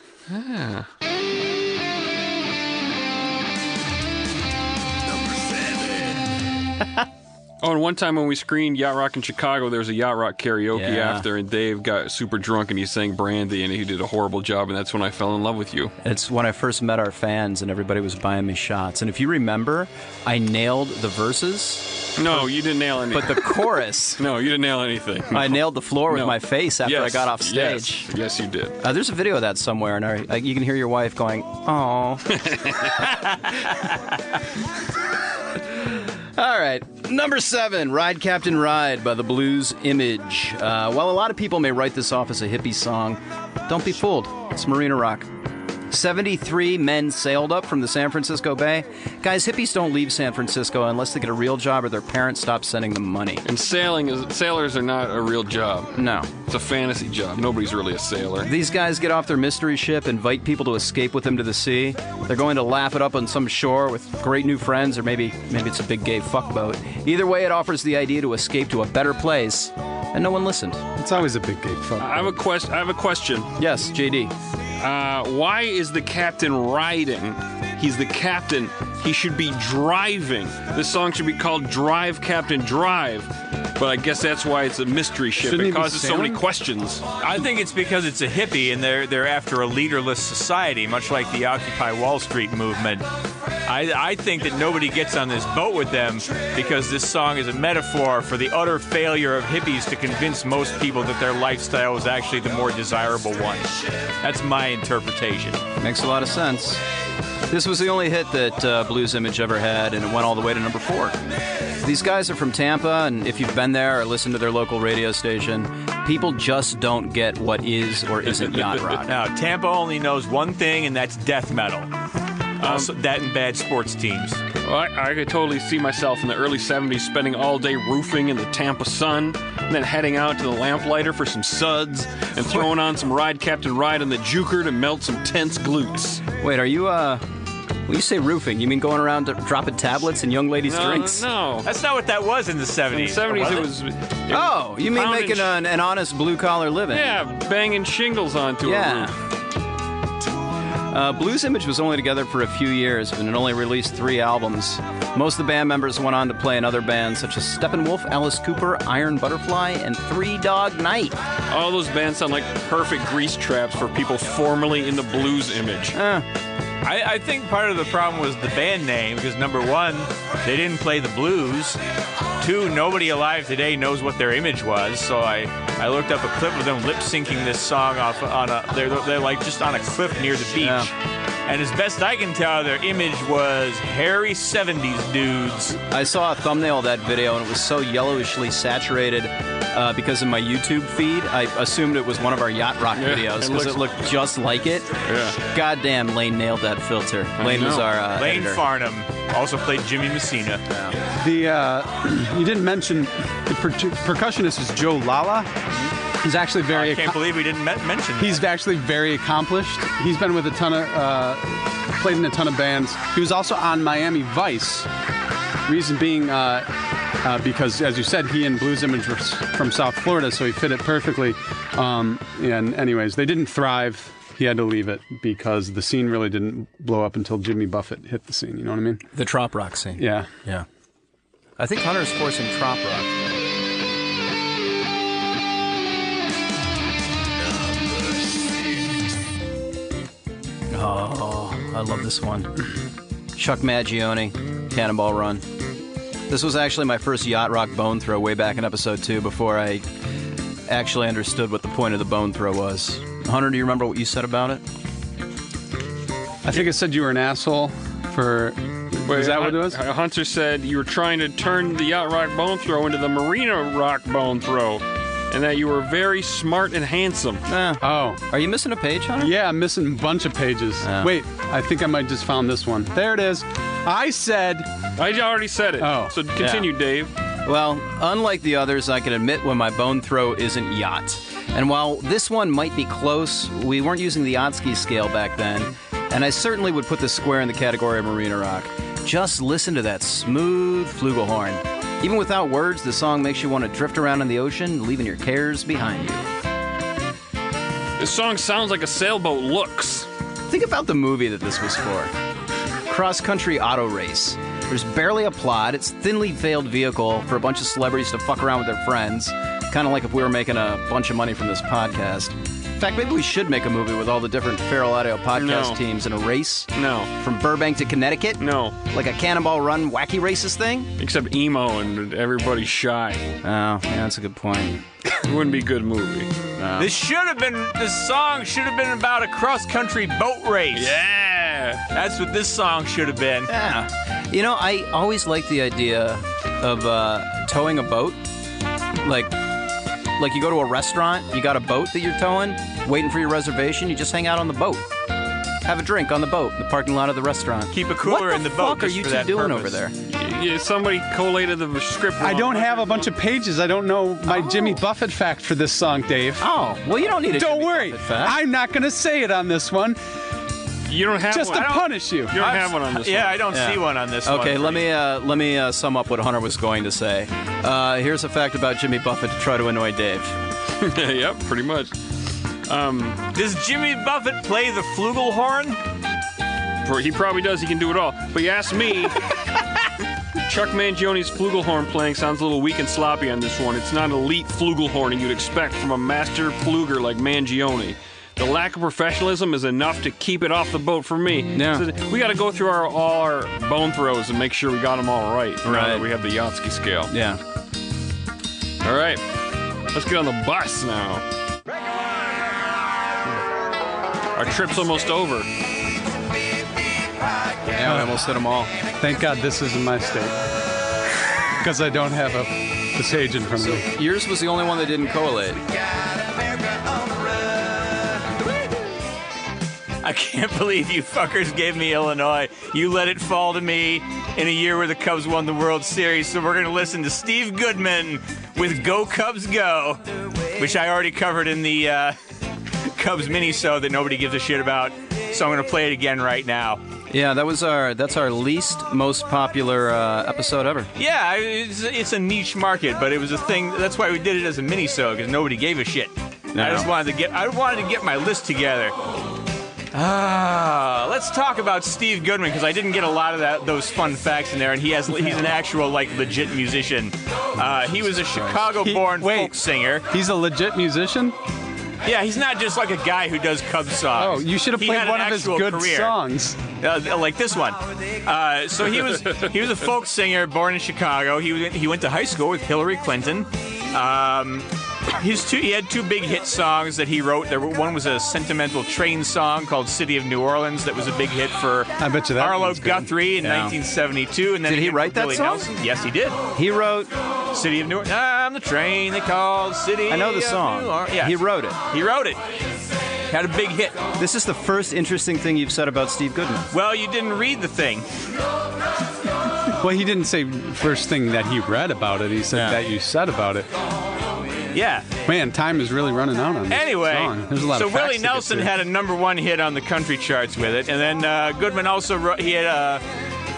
C: Oh, and one time when we screened Yacht Rock in Chicago, there was a Yacht Rock karaoke
B: Yeah.
C: after, and Dave got super drunk and he sang Brandy, and he did a horrible job, and that's when I fell in love with you.
B: It's when I first met our fans and everybody was buying me shots. And if you remember, I nailed the verses,
C: No, you didn't nail anything.
B: but the chorus,
C: no, you didn't nail anything.
B: I nailed the floor with
C: No.
B: my face after I
C: Yes,
B: got off stage.
C: Yes, yes you did.
B: Uh, there's a video of that somewhere, and I, like, you can hear your wife going, "Oh." All right, number seven, "Ride Captain Ride" by the Blues Image. Uh, while a lot of people may write this off as a hippie song, don't be fooled. It's Marina Rock. 73 men sailed up from the San Francisco Bay. Guys, hippies don't leave San Francisco unless they get a real job or their parents stop sending them money.
C: And sailing is sailors are not a real job.
B: No.
C: It's a fantasy job. Nobody's really a sailor.
B: These guys get off their mystery ship, invite people to escape with them to the sea. They're going to laugh it up on some shore with great new friends, or maybe maybe it's a big gay fuck boat. Either way, it offers the idea to escape to a better place, and no one listened.
E: It's always a big gate fuck.
C: I have a quest. I have a question.
B: Yes, JD.
C: Uh, why is the captain riding? He's the captain. He should be driving. This song should be called "Drive, Captain, Drive." But I guess that's why it's a mystery ship.
E: Shouldn't he
C: it
E: be
C: causes so many
E: sailing?
C: questions.
D: I think it's because it's a hippie and they're they're after a leaderless society, much like the Occupy Wall Street movement. I, I think that nobody gets on this boat with them because this song is a metaphor for the utter failure of hippies to convince most people that their lifestyle is actually the more desirable one. That's my interpretation.
B: Makes a lot of sense. This was the only hit that uh, Blues Image ever had, and it went all the way to number four. These guys are from Tampa, and if you've been there or listened to their local radio station, people just don't get what is or isn't yacht rock.
D: Now, Tampa only knows one thing, and that's death metal.
C: Um,
D: also, that and bad sports teams.
C: Well, I, I could totally see myself in the early 70s spending all day roofing in the Tampa sun, and then heading out to the lamplighter for some suds, and throwing on some Ride Captain Ride on the Juker to melt some tense glutes.
B: Wait, are you, uh, when you say roofing, you mean going around to- dropping tablets in young ladies'
C: No,
B: drinks?
C: No.
D: That's not what that was in the 70s.
C: In the 70s, it was. it was
B: Oh, you mean
C: pounding
B: making
C: sh-
B: an, an honest blue collar living?
C: Yeah, banging shingles onto a
B: Yeah.
C: roof.
B: Uh, Blues Image was only together for a few years and it only released three albums. Most of the band members went on to play in other bands such as Steppenwolf, Alice Cooper, Iron Butterfly, and Three Dog Night.
C: All those bands sound like perfect grease traps for people formerly in the blues image.
D: Oh, I, I think part of the problem was the band name because number one, they didn't play the blues. Two, nobody alive today knows what their image was. So I, I looked up a clip of them lip syncing this song off on a they're, they're like just on a cliff near the beach. And as best I can tell, their image was hairy 70s dudes.
B: I saw a thumbnail of that video and it was so yellowishly saturated uh, because in my YouTube feed, I assumed it was one of our Yacht Rock
C: Yeah,
B: videos
C: it
B: because it
C: looks-
B: looked just like it.
C: Yeah.
B: Goddamn, Lane nailed that filter. Lane was
C: know.
B: our uh,
D: Lane
B: editor.
D: Farnham also played Jimmy Messina.
E: The uh, you didn't mention the per- percussionist is Joe Lala. He's actually very
D: I can't
E: acco-
D: believe we didn't me- mention that.
E: he's actually very accomplished. He's been with a ton of uh, played in a ton of bands. He was also on Miami Vice. Reason being uh, uh, because, as you said, he and Blues Image were s- from South Florida, so he fit it perfectly. Um, and anyways, they didn't thrive. He had to leave it because the scene really didn't blow up until Jimmy Buffett hit the scene. You know what I mean?
B: The Trop Rock scene.
E: Yeah.
B: Yeah. I think Hunter's forcing Trop Rock. Oh, I love this one. Chuck Magione, Cannonball Run. This was actually my first Yacht Rock bone throw way back in episode two before I actually understood what the point of the bone throw was. Hunter, do you remember what you said about it?
E: I think I said you were an asshole for. is that what it was?
C: Hun- uh, Hunter said you were trying to turn the yacht rock bone throw into the marina rock bone throw, and that you were very smart and handsome.
B: Eh.
E: Oh,
B: Are you missing a page, Hunter?
E: Yeah, I'm missing a bunch of pages. Wait, I think I might just found this one. There it is. I said
C: I already said it.
E: Oh,
C: so continue, Dave.
B: Well, unlike the others, I can admit when my bone throw isn't yacht. And while this one might be close, we weren't using the Otsky scale back then, and I certainly would put this square in the category of Marina Rock. Just listen to that smooth flugelhorn. Even without words, the song makes you want to drift around in the ocean, leaving your cares behind you.
C: This song sounds like a sailboat looks.
B: Think about the movie that this was for. Cross country auto race. There's barely a plot. It's thinly veiled vehicle for a bunch of celebrities to fuck around with their friends, kind of like if we were making a bunch of money from this podcast. In fact, maybe we should make a movie with all the different Feral Audio podcast
C: No.
B: teams in a race
C: No,
B: from Burbank to Connecticut,
C: no.
B: like a Cannonball Run wacky races thing.
C: Except emo and everybody's shy.
B: Oh, yeah, that's a good point.
C: It wouldn't be a good movie.
D: This should have been. This song should have been about a cross-country boat race.
C: Yeah.
D: That's what this song should have been.
B: Yeah. You know, I always liked the idea of uh, towing a boat. Like, like you go to a restaurant, you got a boat that you're towing, waiting for your reservation. You just hang out on the boat, have a drink on the boat in the parking lot of the restaurant.
D: Keep a
B: what
D: cooler
B: the
D: in the boat.
B: fuck are
D: just
B: you
D: for
B: two
D: that
B: doing
D: purpose.
B: over there?
C: Yeah, somebody collated the script.
E: I
C: wrong.
E: don't have a bunch of pages. I don't know my Jimmy Buffett fact for this song, Dave.
B: Oh, well, you don't need it.
E: don't worry. I'm not going to say it on this one
C: You don't have
E: just
C: one.
E: to
C: I don't-
E: punish you.
C: You don't have one on this.
D: Yeah,
C: one.
D: I don't
B: Yeah.
D: see one on this one.
B: Okay, let me uh, let me uh, sum up what Hunter was going to say. Uh, here's a fact about Jimmy Buffett to try to annoy Dave.
C: yep, pretty much. Um,
D: Does Jimmy Buffett play the flugelhorn?
C: Pro- He probably does. He can do it all. But you ask me, Chuck Mangione's flugelhorn playing sounds a little weak and sloppy on this one. It's not elite flugelhorning you'd expect from a master fluger like Mangione. The lack of professionalism is enough to keep it off the boat for me.
B: Yeah.
C: So we got to go through our all our bone throws and make sure we got them all right. Now
B: Right.
C: that we have the Yatsky scale.
B: Yeah.
C: All right. Let's get on the bus now. Our trip's almost over.
B: Yeah, we almost hit them all.
E: Thank God this isn't my state because I don't have a this page in front of me.
B: Yours was the only one that didn't correlate.
D: I can't believe you fuckers gave me Illinois. You let it fall to me in a year where the Cubs won the World Series. So we're going to listen to Steve Goodman with Go Cubs Go, which I already covered in the uh, Cubs mini show that nobody gives a shit about. So I'm going to play it again right now.
B: Yeah, that was our that's our least most popular uh, episode ever.
D: Yeah, I- it's, it's a niche market, but it was a thing. That's why we did it as a mini show because nobody gave a shit. I just wanted to get I wanted to get my list together. Ah, let's talk about Steve Goodman because I didn't get a lot of that those fun facts in there, and he has he's an actual like legit musician. Uh, he was a Chicago-born
E: He- wait.
D: folk singer.
E: He's a legit musician.
D: Yeah, he's not just like a guy who does Cubs
E: Oh,
D: songs.
E: you should have
D: He had
E: played
D: an
E: one of his
D: actual
E: good
D: career
E: songs.
D: uh, like this one. Uh, so he was he was a folk singer born in Chicago. He went, he went to high school with Hillary Clinton. Um, his two he had two big hit songs that he wrote. There were, one was a sentimental train song called "City of New Orleans" that was a big hit for
E: I bet you that
D: Arlo
E: one's good.
D: Guthrie in
B: Yeah.
D: 1972. And then
B: Did he
D: hit
B: write
D: with
B: that
D: Willie
B: song?
D: Nelson. Yes, he did.
B: He wrote.
D: City of New Orleans. I'm the train they call City.
B: I know the
D: of New
B: song.
D: Or- uh, yes.
B: He wrote it.
D: He wrote it. Had a big hit.
B: This is the first interesting thing you've said about Steve Goodman.
D: Well, you didn't read the thing.
E: Well, he didn't say first thing that he read about it. He
B: Yeah.
E: said that you said about it.
D: Yeah.
E: Man, time is really running out on this
D: Anyway,
E: song. There's a lot
D: so
E: of facts
D: Willie
E: to get
D: Nelson
E: through.
D: had a number one hit on the country charts with it, and then uh, Goodman also wrote he had a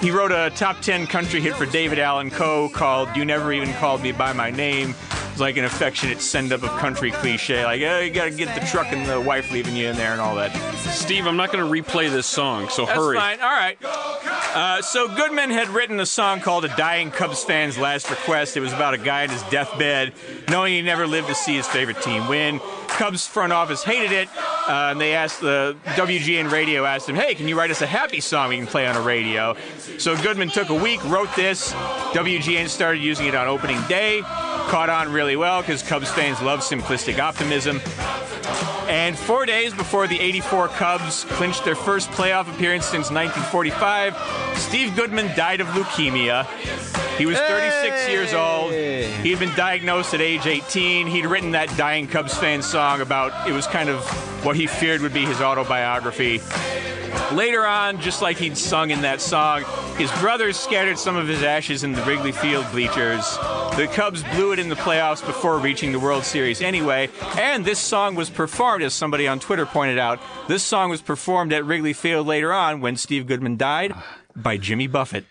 D: he wrote a top ten country hit for David Allen Coe called "You Never Even Called Me by My Name." It's like an affectionate send up of country cliche, like oh, you gotta get the truck and the wife leaving you in there and all that.
C: Steve, I'm not going to replay this song, so
D: That's
C: hurry.
D: fine. All right. Uh, so Goodman had written a song called "A Dying Cubs Fan's Last Request." It was about a guy in his deathbed, knowing he never lived to see his favorite team win. Cubs front office hated it, uh, and they asked the WGN radio asked him, "Hey, can you write us a happy song we can play on a radio?" So Goodman took a week, wrote this. WGN started using it on opening day. Caught on really well because Cubs fans love simplistic optimism. And four days before the 84 Cubs clinched their first playoff appearance since 1945, Steve Goodman died of leukemia. He was 36 years old. He had been diagnosed at age 18. He'd written that dying Cubs fan song about it was kind of what he feared would be his autobiography. Later on, just like he'd sung in that song, his brothers scattered some of his ashes in the Wrigley Field bleachers. The Cubs blew it in the playoffs before reaching the World Series anyway, and this song was performed, as somebody on Twitter pointed out, this song was performed at Wrigley Field later on when Steve Goodman died by Jimmy Buffett.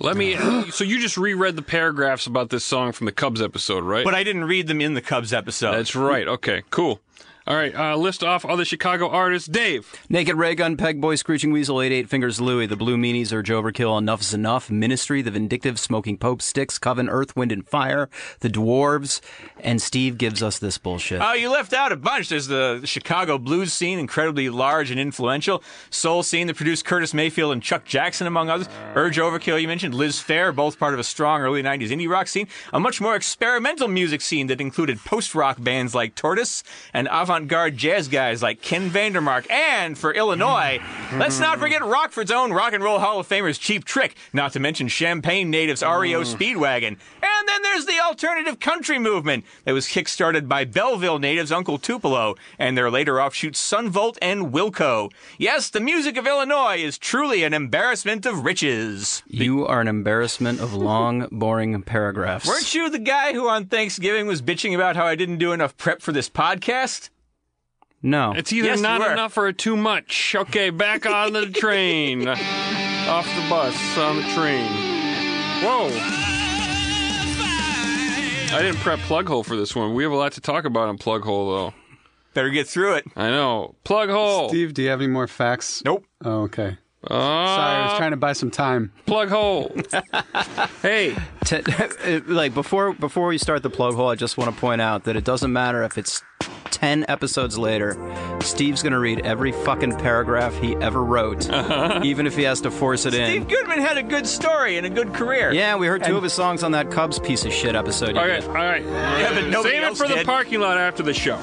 C: Let me. so you just reread the paragraphs about this song from the Cubs episode, right?
D: But I didn't read them in the Cubs episode.
C: That's right. Okay, cool. All right, uh, list off other Chicago artists. Dave.
F: Naked Ray Gun, Peg Boy, Screeching Weasel, 88 Fingers Louie, The Blue Meanies, Urge Overkill, Enough's Enough, Ministry, The Vindictive, Smoking Pope, Sticks, Coven, Earth, Wind, and Fire, The Dwarves, and Steve gives us this bullshit.
D: Oh, you left out a bunch. There's the Chicago blues scene, incredibly large and influential. Soul scene that produced Curtis Mayfield and Chuck Jackson, among others. Urge Overkill, you mentioned. Liz Fair, both part of a strong early 90s indie rock scene. A much more experimental music scene that included post rock bands like Tortoise and avant garde jazz guys like Ken Vandermark. And for Illinois, let's not forget Rockford's own Rock and Roll Hall of Famers Cheap Trick, not to mention Champagne natives REO Speedwagon. And then there's the alternative country movement that was kickstarted by Belleville natives Uncle Tupelo and their later offshoots Sunvolt and Wilco. Yes, the music of Illinois is truly an embarrassment of riches.
F: you are an embarrassment of long, boring paragraphs.
D: Weren't you the guy who on Thanksgiving was bitching about how I didn't do enough prep for this podcast?
F: No.
C: It's either
D: Yes, you
C: not
D: were.
C: enough or too much. Okay, back on the train. Off the bus, on the train. Whoa. I didn't prep plug hole for this one. We have a lot to talk about on plug hole, though.
D: Better get through it.
C: I know. Plug hole.
E: Steve, do you have any more facts?
D: Nope.
E: Oh, okay.
C: Uh,
E: Sorry, I was trying to buy some time.
C: plug hole. hey,
F: Te- like before before we start the plug hole, I just want to point out that it doesn't matter if it's ten episodes later. Steve's gonna read every fucking paragraph he ever wrote,
E: Uh-huh.
F: even if he has to force it
D: Steve
F: in.
D: Goodman had a good story and a good career.
F: Yeah, we heard two of his songs on that Cubs piece of shit episode.
E: Oh,
F: you
C: All right,
F: did.
C: all right.
D: but nobody
C: Save it
D: else
C: for the
D: did.
C: parking lot after the show.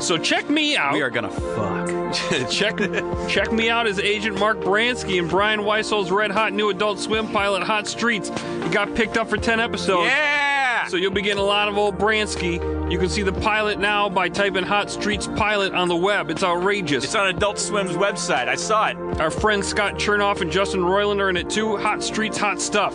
C: So check me out.
F: we are gonna fuck.
C: check check me out as Agent Mark Bransky and Brian Weisel's Red Hot New Adult Swim pilot, Hot Streets. It got picked up for ten episodes.
D: Yeah.
C: So you'll be getting a lot of old Bransky. You can see the pilot now by typing Hot Streets Pilot on the web. It's outrageous.
D: It's on Adult Swim's website. I saw it.
C: Our friends Scott Chernoff and Justin Roiland are in it too. Hot Streets, Hot Stuff.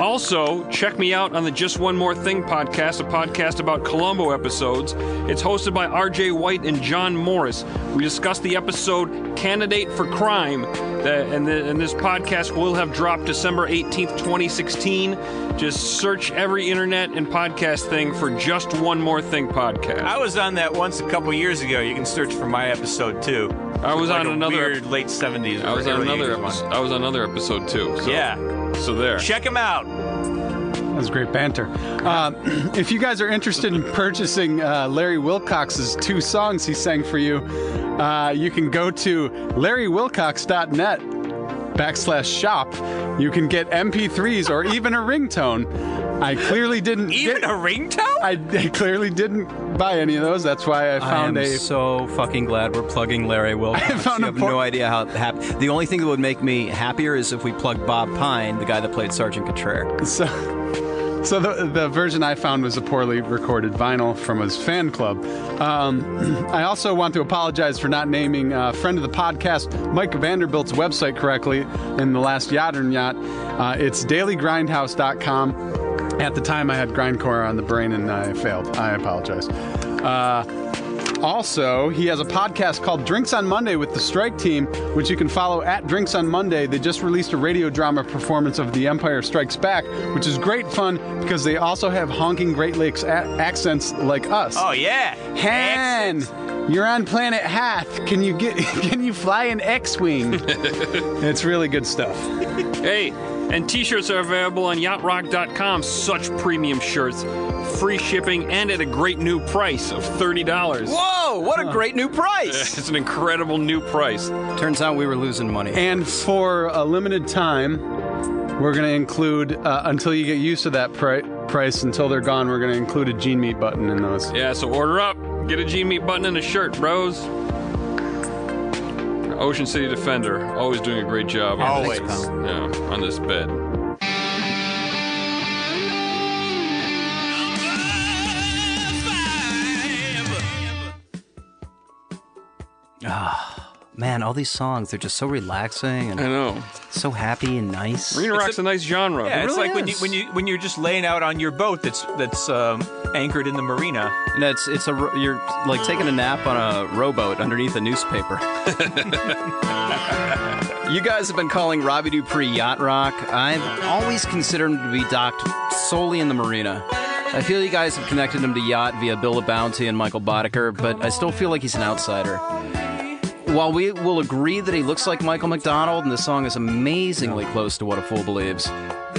C: Also, check me out on the Just One More Thing podcast, a podcast about Columbo episodes. It's hosted by RJ White and John Morris. We discuss the episode Candidate for Crime, uh, and, the, and this podcast will have dropped December 18th, 2016. Just search every internet and podcast thing for Just One More Thing podcast.
D: I was on that once a couple years ago. You can search for my episode too.
C: I was
D: Like
C: on
D: a
C: another-
D: weird late seventies.
C: I was on another episode. I was on another episode too. So,
D: Yeah,
C: So there.
D: check him out.
E: That was great banter. Uh, if you guys are interested in purchasing uh, Larry Wilcox's two songs he sang for you, uh, you can go to larrywilcox.net backslash shop. You can get MP3s or even a ringtone. I clearly didn't
D: Even
E: get-
D: a ringtone.
E: I, I clearly didn't buy any of those. That's why I
F: I am
E: found a
F: so fucking glad we're plugging Larry Wilcox.
E: I found
F: you
E: a
F: have
E: por-
F: no idea how happy. The only thing that would make me happier is if we plugged Bob Pine, the guy that played Sergeant Contreras.
E: So, so the, the version I found was a poorly recorded vinyl from his fan club. Um, I also want to apologize for not naming uh, friend of the podcast Mike Vanderbilt's website correctly in the last Yacht and Yacht. Uh, it's dailyggrindhouse.com. At the time, I had grindcore on the brain and I failed. I apologize. Uh, also, he has a podcast called Drinks on Monday with the Strike Team, which you can follow at Drinks on Monday. They just released a radio drama performance of The Empire Strikes Back, which is great fun because they also have honking Great Lakes a- accents like us.
D: Oh yeah.
E: Han,
D: Excellent.
E: you're on planet Hath. Can you get? Can you fly an X-wing? it's really good stuff.
C: Hey, and t-shirts are available on yachtrock.com. Such premium shirts, free shipping, and at a great new price of $30.
F: Whoa! What a great new price!
C: It's an incredible new price.
F: Turns out we were losing money.
E: And for a limited time, we're going to include uh, until you get used to that pri- price. Until they're gone, we're going to include a gene meat button in those.
C: Yeah, so order up. Get a G Meat button and a shirt, bros. Ocean City Defender, always doing a great job. on this-
D: Always.
C: yeah, on this bed.
B: Man, all these songs, they're just so relaxing
C: I
B: and
C: know.
B: so happy and nice.
C: Marina Rock's a, nice genre.
D: Yeah, it's
B: really
D: like when you
B: is.
D: when you when you're just laying out on your boat that's that's um, anchored in the marina.
B: And it's, it's a, ro- you're like taking a nap on a rowboat underneath a newspaper. you guys have been calling Robbie Dupree yacht rock. I've always considered him to be docked solely in the marina. I feel you guys have connected him to yacht via Bill of Bounty and Michael Boddicker, but I still feel like he's an outsider. While we will agree that he looks like Michael McDonald and the song is amazingly close to What a Fool Believes,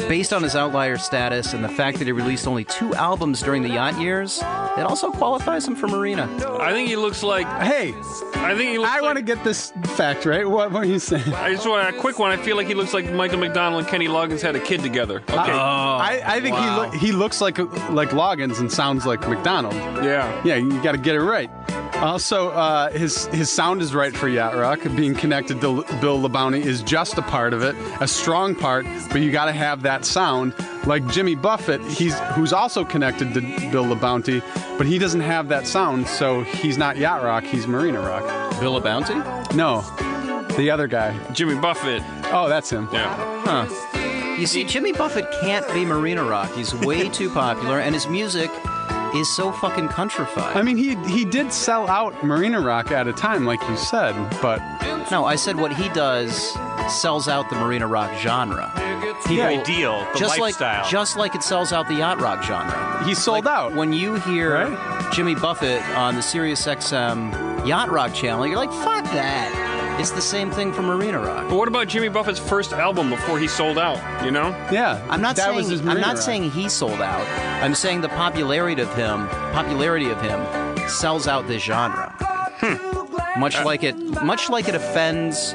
B: based on his outlier status and the fact that he released only two albums during the yacht years, it also qualifies him for Marina.
C: I think he looks like.
E: Hey,
C: I think he looks.
E: I
C: like,
E: want to get this fact right. What were you saying?
C: I just want a quick one. I feel like he looks like Michael McDonald and Kenny Loggins had a kid together. Okay.
E: Oh, Uh-huh. I, I think
B: wow.
E: he, loo- he looks like like Loggins and sounds like McDonald.
C: yeah.
E: Yeah, you got to get it right. Also, uh, his his sound is right for yacht rock. Being connected to L- Bill Labounty is just a part of it, a strong part, but you got to have that sound. Like Jimmy Buffett, he's who's also connected to Bill Labounty, but he doesn't have that sound, so he's not yacht rock. He's marina rock.
B: Bill of Bounty?
E: No, the other guy.
C: Jimmy Buffett.
E: Oh, that's him.
C: Yeah.
B: You see, Jimmy Buffett can't be Marina Rock. He's way too popular, and his music is so fucking countrified.
E: I mean, he he did sell out Marina Rock at a time, like you said, but
B: No, I said what he does sells out the Marina Rock genre. People,
D: ideal, the
B: just
D: lifestyle.
B: Like, just like it sells out the yacht rock genre.
E: he sold out.
B: When you hear
E: Right.
B: Jimmy Buffett on the Sirius XM Yacht Rock channel, you're like, fuck that. It's the same thing for Marina Rock.
C: But what about Jimmy Buffett's first album before he sold out? You know?
E: yeah,
B: I'm not
E: that
B: saying
E: was his
B: I'm
E: Marina
B: not
E: Rock.
B: saying he sold out. I'm saying the popularity of him popularity of him sells out this genre. Hmm. Much like it much like it offends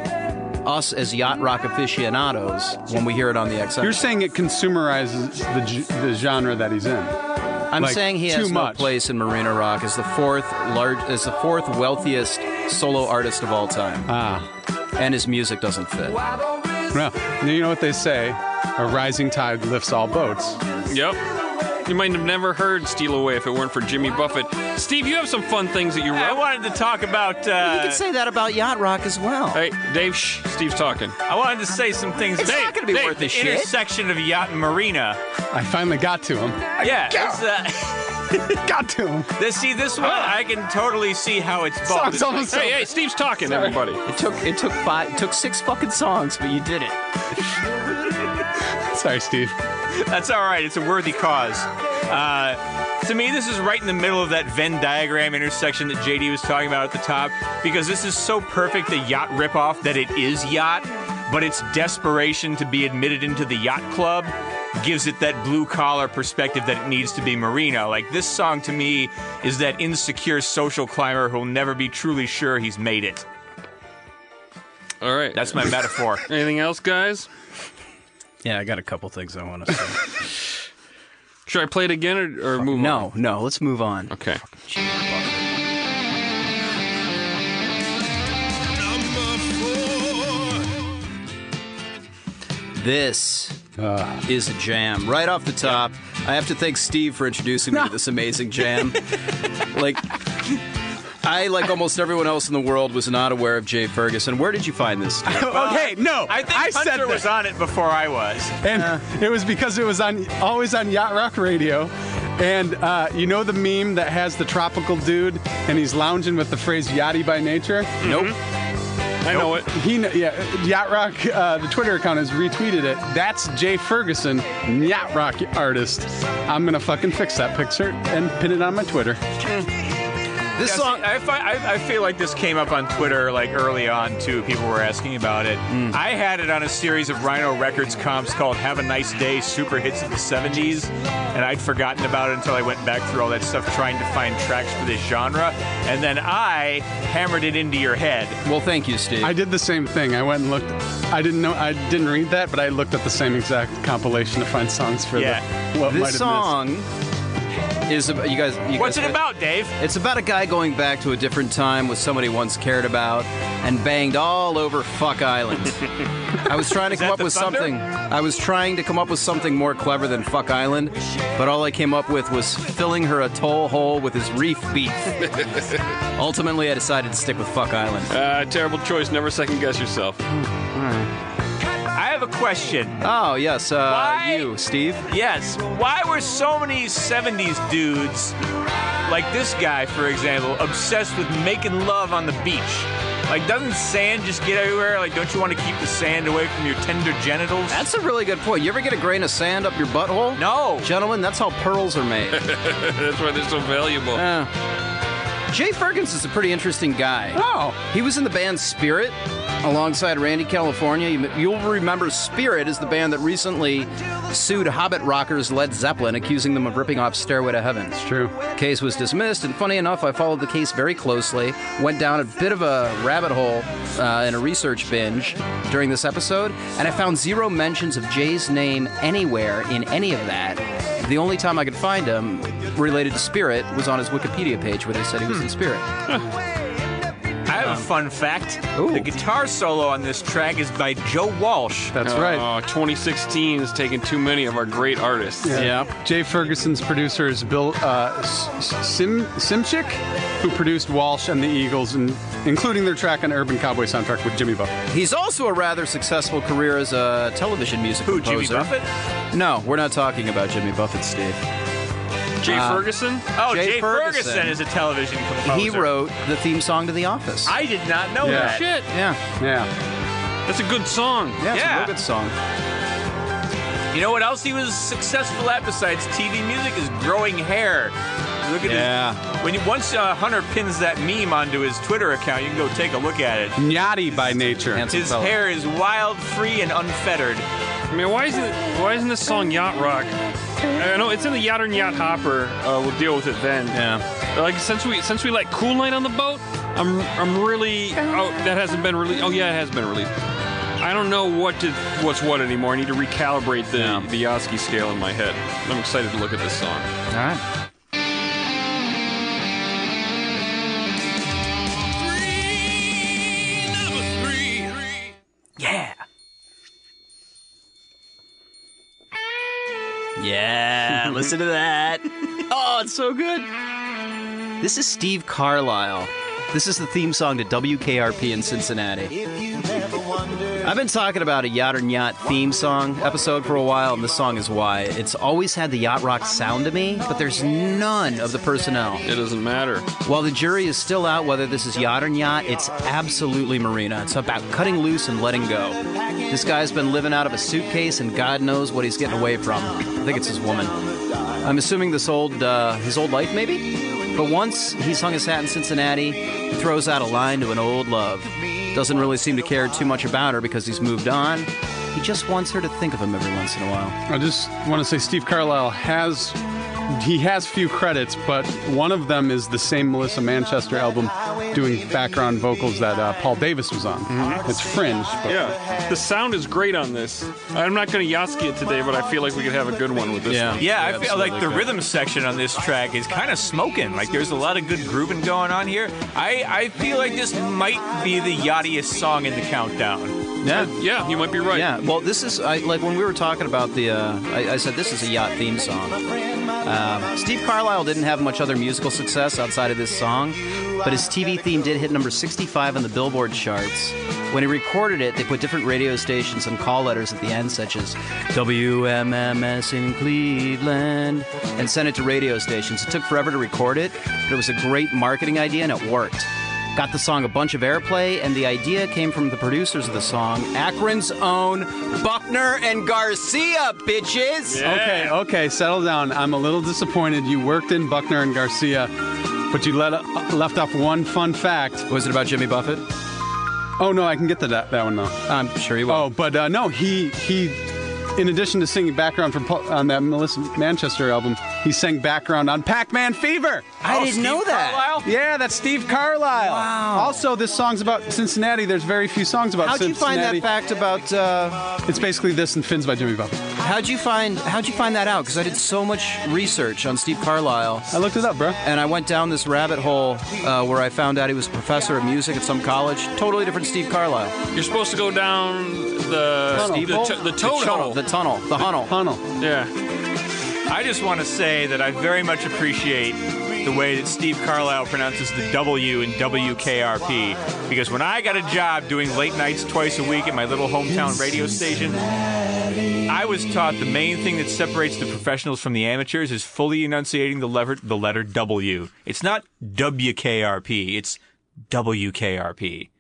B: us as yacht rock aficionados when we hear it on the XM.
E: You're saying it consumerizes the, g- the genre that he's in.
B: I'm
E: Like,
B: saying he
E: too
B: has
E: much.
B: no place in Marina Rock as the fourth large, as the fourth wealthiest solo artist of all time,
E: Ah,
B: and his music doesn't fit.
E: well, you know what they say: a rising tide lifts all boats.
C: Yep. You might have never heard Steal Away if it weren't for Jimmy Buffett. Steve, you have some fun things that you
D: I
C: wrote.
D: wanted to talk about.
B: You
D: Uh,
B: could say that about yacht rock as well.
C: Hey, Dave, shh, Steve's talking.
D: I wanted to say some things.
B: It's
D: Dave,
B: not gonna be
D: Dave,
B: worth this
D: the
B: shit.
D: intersection of yacht and marina.
E: I finally got to him.
D: Yeah. This, uh,
E: Got to him.
D: this, see this one, I can totally see how it's bought.
E: Sounds almost.
C: Hey, hey, Steve's talking, everybody.
B: It took it took five, it took six fucking songs, but you did it.
E: Sorry, Steve.
D: That's all right. It's a worthy cause. Uh, to me, this is right in the middle of that Venn diagram intersection that JD was talking about at the top, because this is so perfect a yacht ripoff that it is yacht, but its desperation to be admitted into the yacht club gives it that blue collar perspective that it needs to be marina. Like this song to me is that insecure social climber who'll never be truly sure he's made it.
C: All right.
D: That's my metaphor.
C: Anything else, guys?
B: Yeah, I got a couple things I want to say.
C: Should I play it again or, or move on?
B: no, no, let's move on.
C: Okay.
B: This
E: Ah.
B: is a jam. Right off the top, I have to thank Steve for introducing me to this amazing jam. like, I, like almost everyone else in the world, was not aware of Jay Ferguson. Where did you find this? Steve?
E: okay, no.
D: I think
E: said
D: Hunter
E: that.
D: was on it before I was.
E: and it was because it was on always on yacht rock radio and uh, you know the meme that has the tropical dude and he's lounging with the phrase yachty by nature
B: Nope.
C: I know it.
E: he kn- yeah yacht rock uh, the twitter account has retweeted it that's jay ferguson yacht rock artist i'm gonna fucking fix that picture and pin it on my twitter
B: This
D: Yeah,
B: song.
D: see, I, fi- I, I feel like this came up on Twitter like early on too. People were asking about it. I had it on a series of Rhino Records comps called "Have a Nice Day" Super Hits of the '70s, and I'd forgotten about it until I went back through all that stuff trying to find tracks for this genre, and then I hammered it into your head.
B: Well, thank you, Steve.
E: i did the same thing i went and looked i didn't know i didn't read that but i looked at the same exact compilation to find songs for
D: Yeah.
E: the, what might have
B: this
E: missed.
B: song is about, you guys. You
D: What's
B: guys,
D: it about, Dave?
B: It's about a guy going back to a different time with somebody once cared about and banged all over Fuck Island. I was trying to come
D: that
B: up
D: the
B: with
D: thunder?
B: something. I was trying to come up with something more clever than Fuck Island, but all I came up with was filling her a toll hole with his reef beef. Ultimately, I decided to stick with Fuck Island.
C: Uh, terrible choice. Never second guess yourself.
D: I have a question.
B: Oh yes, uh,
D: Why?
B: you, Steve.
D: Yes. Why were so many 70s dudes, like this guy, for example, obsessed with making love on the beach? Like, doesn't sand just get everywhere? Like, don't you want to keep the sand away from your tender genitals?
B: That's a really good point. You ever get a grain of sand up your butthole?
D: no.
B: Gentlemen, that's how pearls are made.
C: That's why they're so valuable.
B: Uh, Jay Ferguson's a pretty interesting guy.
E: Oh,
B: He was in the band Spirit alongside Randy California. You- You'll remember Spirit is the band that recently sued Hobbit rockers Led Zeppelin, accusing them of ripping off Stairway to Heaven.
E: true.
B: Case was dismissed, and funny enough, I followed the case very closely. Went down a bit of a rabbit hole uh, in a research binge during this episode, and I found zero mentions of Jay's name anywhere in any of that. The only time I could find him related to Spirit was on his Wikipedia page where they said he
D: Hmm.
B: was in Spirit.
D: I have a fun fact.
B: Ooh.
D: The guitar solo on this track is by Joe Walsh.
E: That's
B: Oh.
C: Uh,
E: right.
C: 2016 has taken too many of our great artists.
B: Yeah.
E: Jay Ferguson's producer is Bill uh, S- S- Sim Simchick, who produced Walsh and the Eagles, and including their track on Urban Cowboy soundtrack with Jimmy Buffett.
B: He's also a rather successful career as a television music
D: Who,
B: composer.
D: Jimmy Buffett?
B: No, we're not talking about Jimmy Buffett, Steve.
C: Jay
B: Uh,
C: Ferguson.
D: Oh,
B: Jay
D: Jay, Ferguson.
B: Ferguson
D: Oh, is a television composer.
B: He wrote the theme song to The Office.
D: I did not know
E: Yeah.
D: that.
C: Shit.
B: yeah,
E: Yeah.
C: That's a good song.
B: yeah, it's a
D: Yeah.
B: real good song.
D: You know what else he was successful at besides TV music is growing hair. Look at
B: Yeah.
D: his, when you, once uh, Hunter pins that meme onto his Twitter account, you can go take a look at it.
E: Yachty by nature.
B: Handsome
D: His
B: fella.
D: hair is wild, free, and unfettered.
C: I mean, why isn't why isn't this song yacht rock? I know it's in the yacht and yacht hopper. Uh, we'll deal with it then.
B: Yeah.
C: Like since we since we like Cool Night on the boat, I'm I'm really oh that hasn't been released. Oh yeah, it has been released. I don't know what to what's what anymore. I need to recalibrate the the Yatsky scale in my head. I'm excited to look at this song.
B: All right.
D: Yeah.
B: Yeah, listen to that. Oh, it's so good. This is Steve Carlisle. This is the theme song to WKRP in Cincinnati. I've been talking about a Yacht and Yacht theme song episode for a while, and this song is why. It's always had the yacht rock sound to me, but there's none of the personnel.
C: It doesn't matter.
B: While the jury is still out whether this is yacht or yacht, it's absolutely Marina. It's about cutting loose and letting go. This guy's been living out of a suitcase, and God knows what he's getting away from. I think it's his woman. I'm assuming this old, uh, his old life, maybe. But once he's hung his hat in Cincinnati, he throws out a line to an old love. Doesn't really seem to care too much about her because he's moved on. He just wants her to think of him every once in a while.
E: I just want to say Steve Carlisle has he has few credits, but one of them is the same Melissa Manchester album doing background vocals that uh, Paul Davis was on. It's Fringe, but
C: Yeah, the sound is great on this. I'm not going to Yatsky it today, but I feel like we could have a good one with this.
B: Yeah.
C: one.
D: Yeah, I feel
B: absolutely
D: like the
B: good.
D: rhythm section on this track is kind of smoking. Like there's a lot of good grooving going on here. I, I feel like this might be the yachtiest song in the countdown.
B: Yeah.
C: yeah, you might be right.
B: Yeah, well, this is I, like when we were talking about the. Uh, I, I said this is a yacht theme song. Um, Steve Carlisle didn't have much other musical success outside of this song, but his TV theme did hit number 65 on the Billboard charts. When he recorded it, they put different radio stations and call letters at the end, such as WMMS in Cleveland, and sent it to radio stations. It took forever to record it, but it was a great marketing idea and it worked got the song a bunch of airplay, and the idea came from the producers of the song, Akron's own Buckner and Garcia, bitches.
E: Okay, okay, settle down. I'm a little disappointed. You worked in Buckner and Garcia, but you let uh, left off one fun fact.
B: Was it about Jimmy Buffett?
E: Oh no, I can get to that that one though.
B: I'm sure you will.
E: Oh, but uh, no, he he in addition to singing background for Paul- on that Melissa Manchester album, he sang background on Pac-Man Fever.
C: Oh,
B: I didn't know that.
E: Yeah, that's Steve Carlisle.
B: Wow.
E: Also, this song's about Cincinnati. There's very few songs about
B: How'd you
E: Cincinnati.
B: find that fact about? Uh,
E: It's basically this and Fins by Jimmy Buffett.
B: how'd you find? How'd you find that out? Because I did so much research on Steve Carlisle.
E: I looked it up, bro.
B: and I went down this rabbit hole uh, where I found out he was a professor of music at some college. Totally different Steve Carlisle.
C: You're supposed to go down the
E: Tunnel.
C: the, to- the toad hole.
B: The tunnel. The tunnel.
E: Tunnel.
C: yeah.
D: I just want to say that I very much appreciate the way that Steve Carlisle pronounces the W in WKRP because when I got a job doing late nights twice a week at my little hometown radio station, I was taught the main thing that separates the professionals from the amateurs is fully enunciating the letter, the letter W. It's not WKRP, it's WKRP.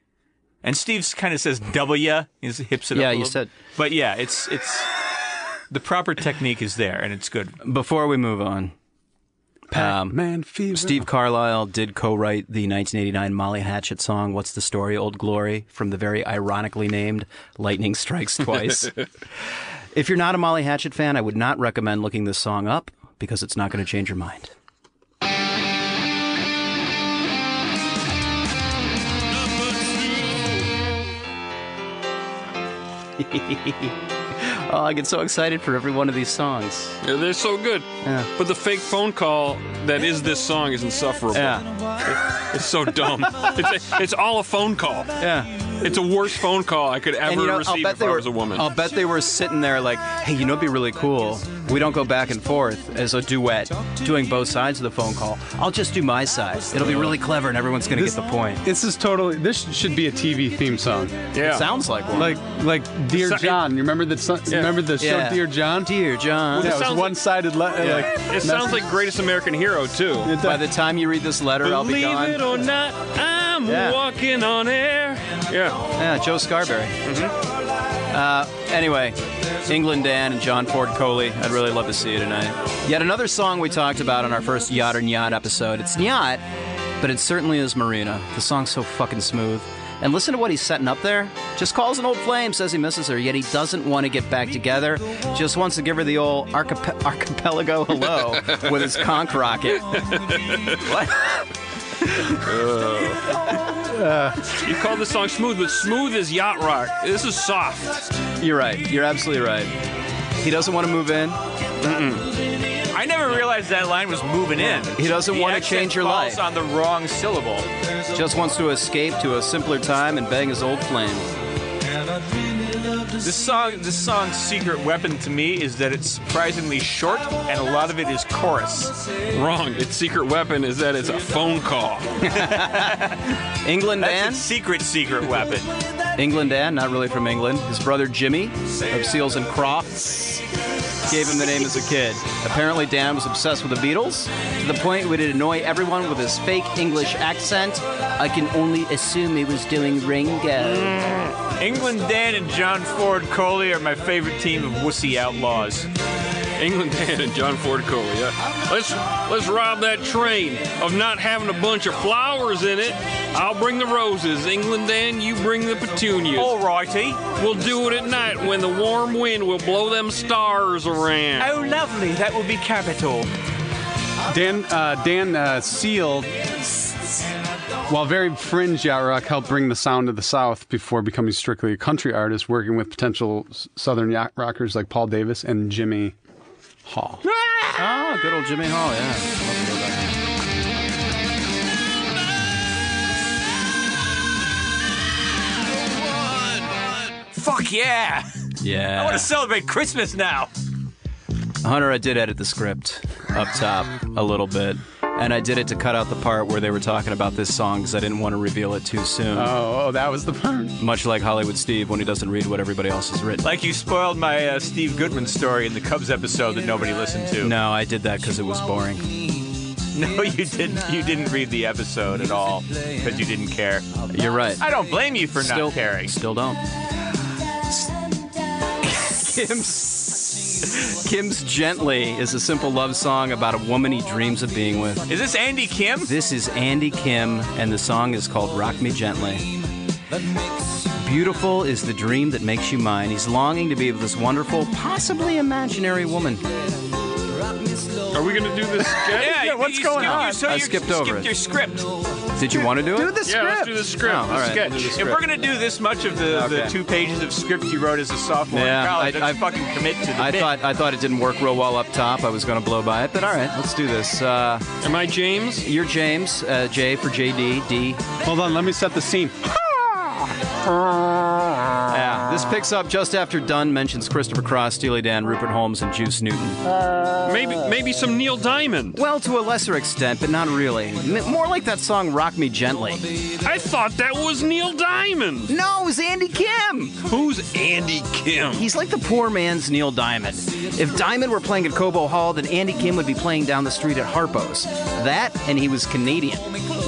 D: And Steve's kind of says W, he hips it up.
B: Yeah,
D: a
B: you
D: little-
B: said-
D: But yeah, it's it's the proper technique is there and it's good.
B: Before we move on, um,
E: Man Fever.
B: Steve Carlisle did co-write the 1989 Molly Hatchet song "What's the Story, Old Glory" from the very ironically named "Lightning Strikes Twice." if you're not a Molly Hatchet fan, I would not recommend looking this song up because it's not going to change your mind. Oh, I get so excited for every one of these songs.
C: Yeah, They're so good. But the fake phone call that is this song is insufferable. It's so dumb. it's, a, it's all a phone call.
B: yeah.
C: It's a worse phone call I could ever
B: And you know, I'll
C: receive
B: bet
C: if
B: they
C: I
B: were.
C: was a woman.
B: I'll bet they were sitting there like, "Hey, you know, it'd be really cool. We don't go back and forth as a duet, doing both sides of the phone call. I'll just do my side. It'll be really clever, and everyone's gonna get the point."
E: This is totally. This should be a TV theme song.
C: yeah.
B: It sounds like one.
E: Like, like Dear
C: So-
E: John. You remember the son,
C: Yeah.
E: remember the show
B: Yeah.
E: Dear John?
B: dear John.
E: yeah, it
C: sounds
E: was
C: like-
E: one-sided. Le-
B: Yeah.
E: Like,
C: it sounds like Greatest American Hero too.
E: It does.
B: By the time you read this letter, I'll be
C: Believe
B: gone.
C: it or not, I'm
B: Yeah.
C: walking on air. Yeah.
B: Yeah, Joe Scarberry. Uh, anyway, England Dan and John Ford Coley. I'd really love to see you tonight. Yet another song we talked about on our first Yacht or Nyat episode. It's Nyat, but it certainly is Marina. The song's so fucking smooth. And listen to what he's setting up there. Just calls an old flame, says he misses her, yet he doesn't want to get back together. Just wants to give her the old archip- archipelago hello with his conch rocket. what?
C: You called this song smooth, but smooth is yacht rock. This is soft.
B: You're right. You're absolutely right. He doesn't want to move in.
D: I never realized that line was moving in.
B: He doesn't
D: The
B: wanna
D: accent
B: change your
D: falls
B: life.
D: on the wrong syllable.
B: Just wants to escape to a simpler time and bang his old flame.
D: This song, this song's secret weapon to me is that it's surprisingly short, and a lot of it is chorus.
C: Wrong. Its secret weapon is that it's a phone call.
B: England Dan.
D: That's its secret, secret weapon.
B: England Dan, not really from England. His brother Jimmy of Seals and Crofts gave him the name as a kid. Apparently, Dan was obsessed with the Beatles to the point where he'd annoy everyone with his fake English accent. I can only assume he was doing Ringo.
D: England Dan and John Ford Coley are my favorite team of wussy outlaws.
C: England Dan and John Ford Coley. Yeah. Let's let's rob that train of not having a bunch of flowers in it. I'll bring the roses. England Dan, you bring the petunias.
D: Alrighty.
C: We'll do it at night when the warm wind will blow them stars around.
D: Oh, lovely. That will be capital.
E: Dan uh, Dan uh, Seal, while very fringe yacht rock, helped bring the sound of the South before becoming strictly a country artist, working with potential s- Southern yacht rockers like Paul Davis and Jimmy Hall.
B: Oh, good old Jimmy Hall, yeah.
D: Fuck yeah! I want
B: Yeah.
D: to celebrate Christmas now.
B: Hunter, I did edit the script up top a little bit. And I did it to cut out the part where they were talking about this song because I didn't want to reveal it too soon.
E: Oh, oh, that was the part.
B: Much like Hollywood Steve when he doesn't read what everybody else has written.
D: Like you spoiled my uh, Steve Goodwin story in the Cubs episode that nobody listened to.
B: No, I did that because it was boring.
D: No, you didn't. You didn't read the episode at all because you didn't care.
B: You're right.
D: I don't blame you for
B: still
D: not caring.
B: Still don't. Kim's Kim's Gently is a simple love song about a woman he dreams of being with.
D: Is this Andy Kim?
B: This is Andy Kim, and the song is called Rock Me Gently. beautiful is the dream that makes you mine. He's longing to be with this wonderful, possibly imaginary woman.
C: Are we gonna do this sketch?
D: Yeah, you-
E: what's
D: you
E: going
D: skipped-
E: on?
D: You, so
B: I
D: you
B: skipped
D: skipped
B: over it.
D: your script.
B: Did you want to do it?
E: Do the
C: Yeah,
E: script.
C: let's do the script.
B: Oh, all
C: the
B: right.
C: sketch.
D: If we're gonna do this much of the, the
B: Okay.
D: two pages of script you wrote as a sophomore
B: Yeah,
D: in college,
B: I-
D: let's
B: I-
D: fucking commit to the
B: I
D: bit.
B: thought I thought it didn't work real well up top. I was going to blow by it, but all right, let's do this. Uh,
C: Am I James?
B: you're James, uh, J for JD, D.
E: Hold on, let me set the scene.
B: Yeah, this picks up just after Dunn mentions Christopher Cross, Steely Dan, Rupert Holmes, and Juice Newton.
C: Maybe maybe some Neil Diamond.
B: Well, to a lesser extent, but not really. M- more like that song "Rock Me Gently."
C: I thought that was Neil Diamond.
B: No, it was Andy Kim.
C: Who's Andy Kim?
B: He's like the poor man's Neil Diamond. If Diamond were playing at Cobo Hall, then Andy Kim would be playing down the street at Harpo's. That, and he was Canadian.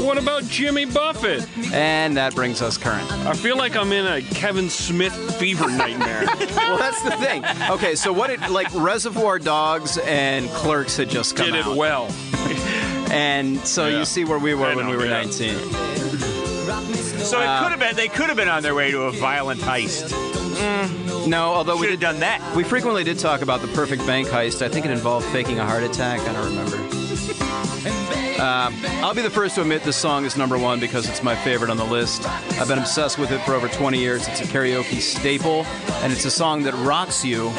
C: What about Jimmy Buffett?
B: And that brings us current.
C: I feel like I'm in a Kevin Smith fever nightmare.
B: well, that's the thing. Okay, so what it like Reservoir Dogs and Clerks had just come
C: Did it
B: out,
C: well.
B: and so
C: Yeah.
B: you see where we were
C: I
B: when
C: know,
B: we were
C: yeah.
B: 19.
D: so
B: uh,
D: it could have been. They could have been on their way to a violent heist.
B: No, although we
D: Should have
B: did,
D: done that.
B: we frequently did talk about the perfect bank heist. I think it involved faking a heart attack. I don't remember. Um, I'll be the first to admit this song is number one because it's my favorite on the list. I've been obsessed with it for over 20 years. It's a karaoke staple, and it's a song that rocks you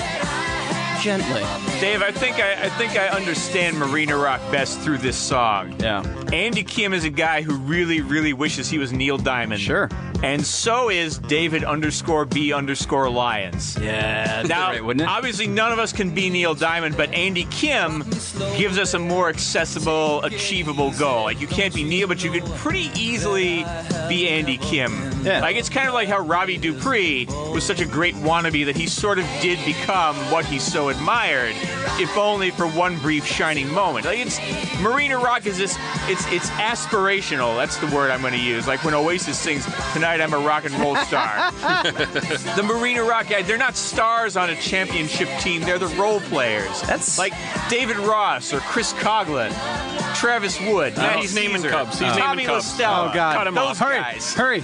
B: gently.
D: Dave, I think I, I think I understand Marina Rock best through this song.
B: Yeah.
D: Andy Kim is a guy who really, really wishes he was Neil Diamond.
B: Sure.
D: And so is David underscore B underscore Lyons.
B: Yeah,
D: Now,
B: great, wouldn't it?
D: obviously, none of us can be Neil Diamond, but Andy Kim gives us a more accessible, achievable goal. Like, you can't be Neil, but you could pretty easily be Andy Kim.
B: Yeah.
D: Like, it's kind of like how Robbie Dupree was such a great wannabe that he sort of did become what he so admired, if only for one brief shining moment. Like, it's Marina Rock is this, it's, it's aspirational. That's the word I'm going to use. Like, when Oasis sings, Tonight I'm a Rock and Roll Star. The Marina Rock guy, they're not stars on a championship team. They're the role players.
B: That's-
D: like David Ross or Chris Coughlin, Travis Wood.
C: No,
D: Matt
C: he's naming
D: Caesar,
C: Cubs. He's
D: Tommy
C: naming Cubs.
D: Listella.
E: Oh, God.
D: Cut him
C: Those
D: off.
E: Hurry,
D: guys.
E: hurry.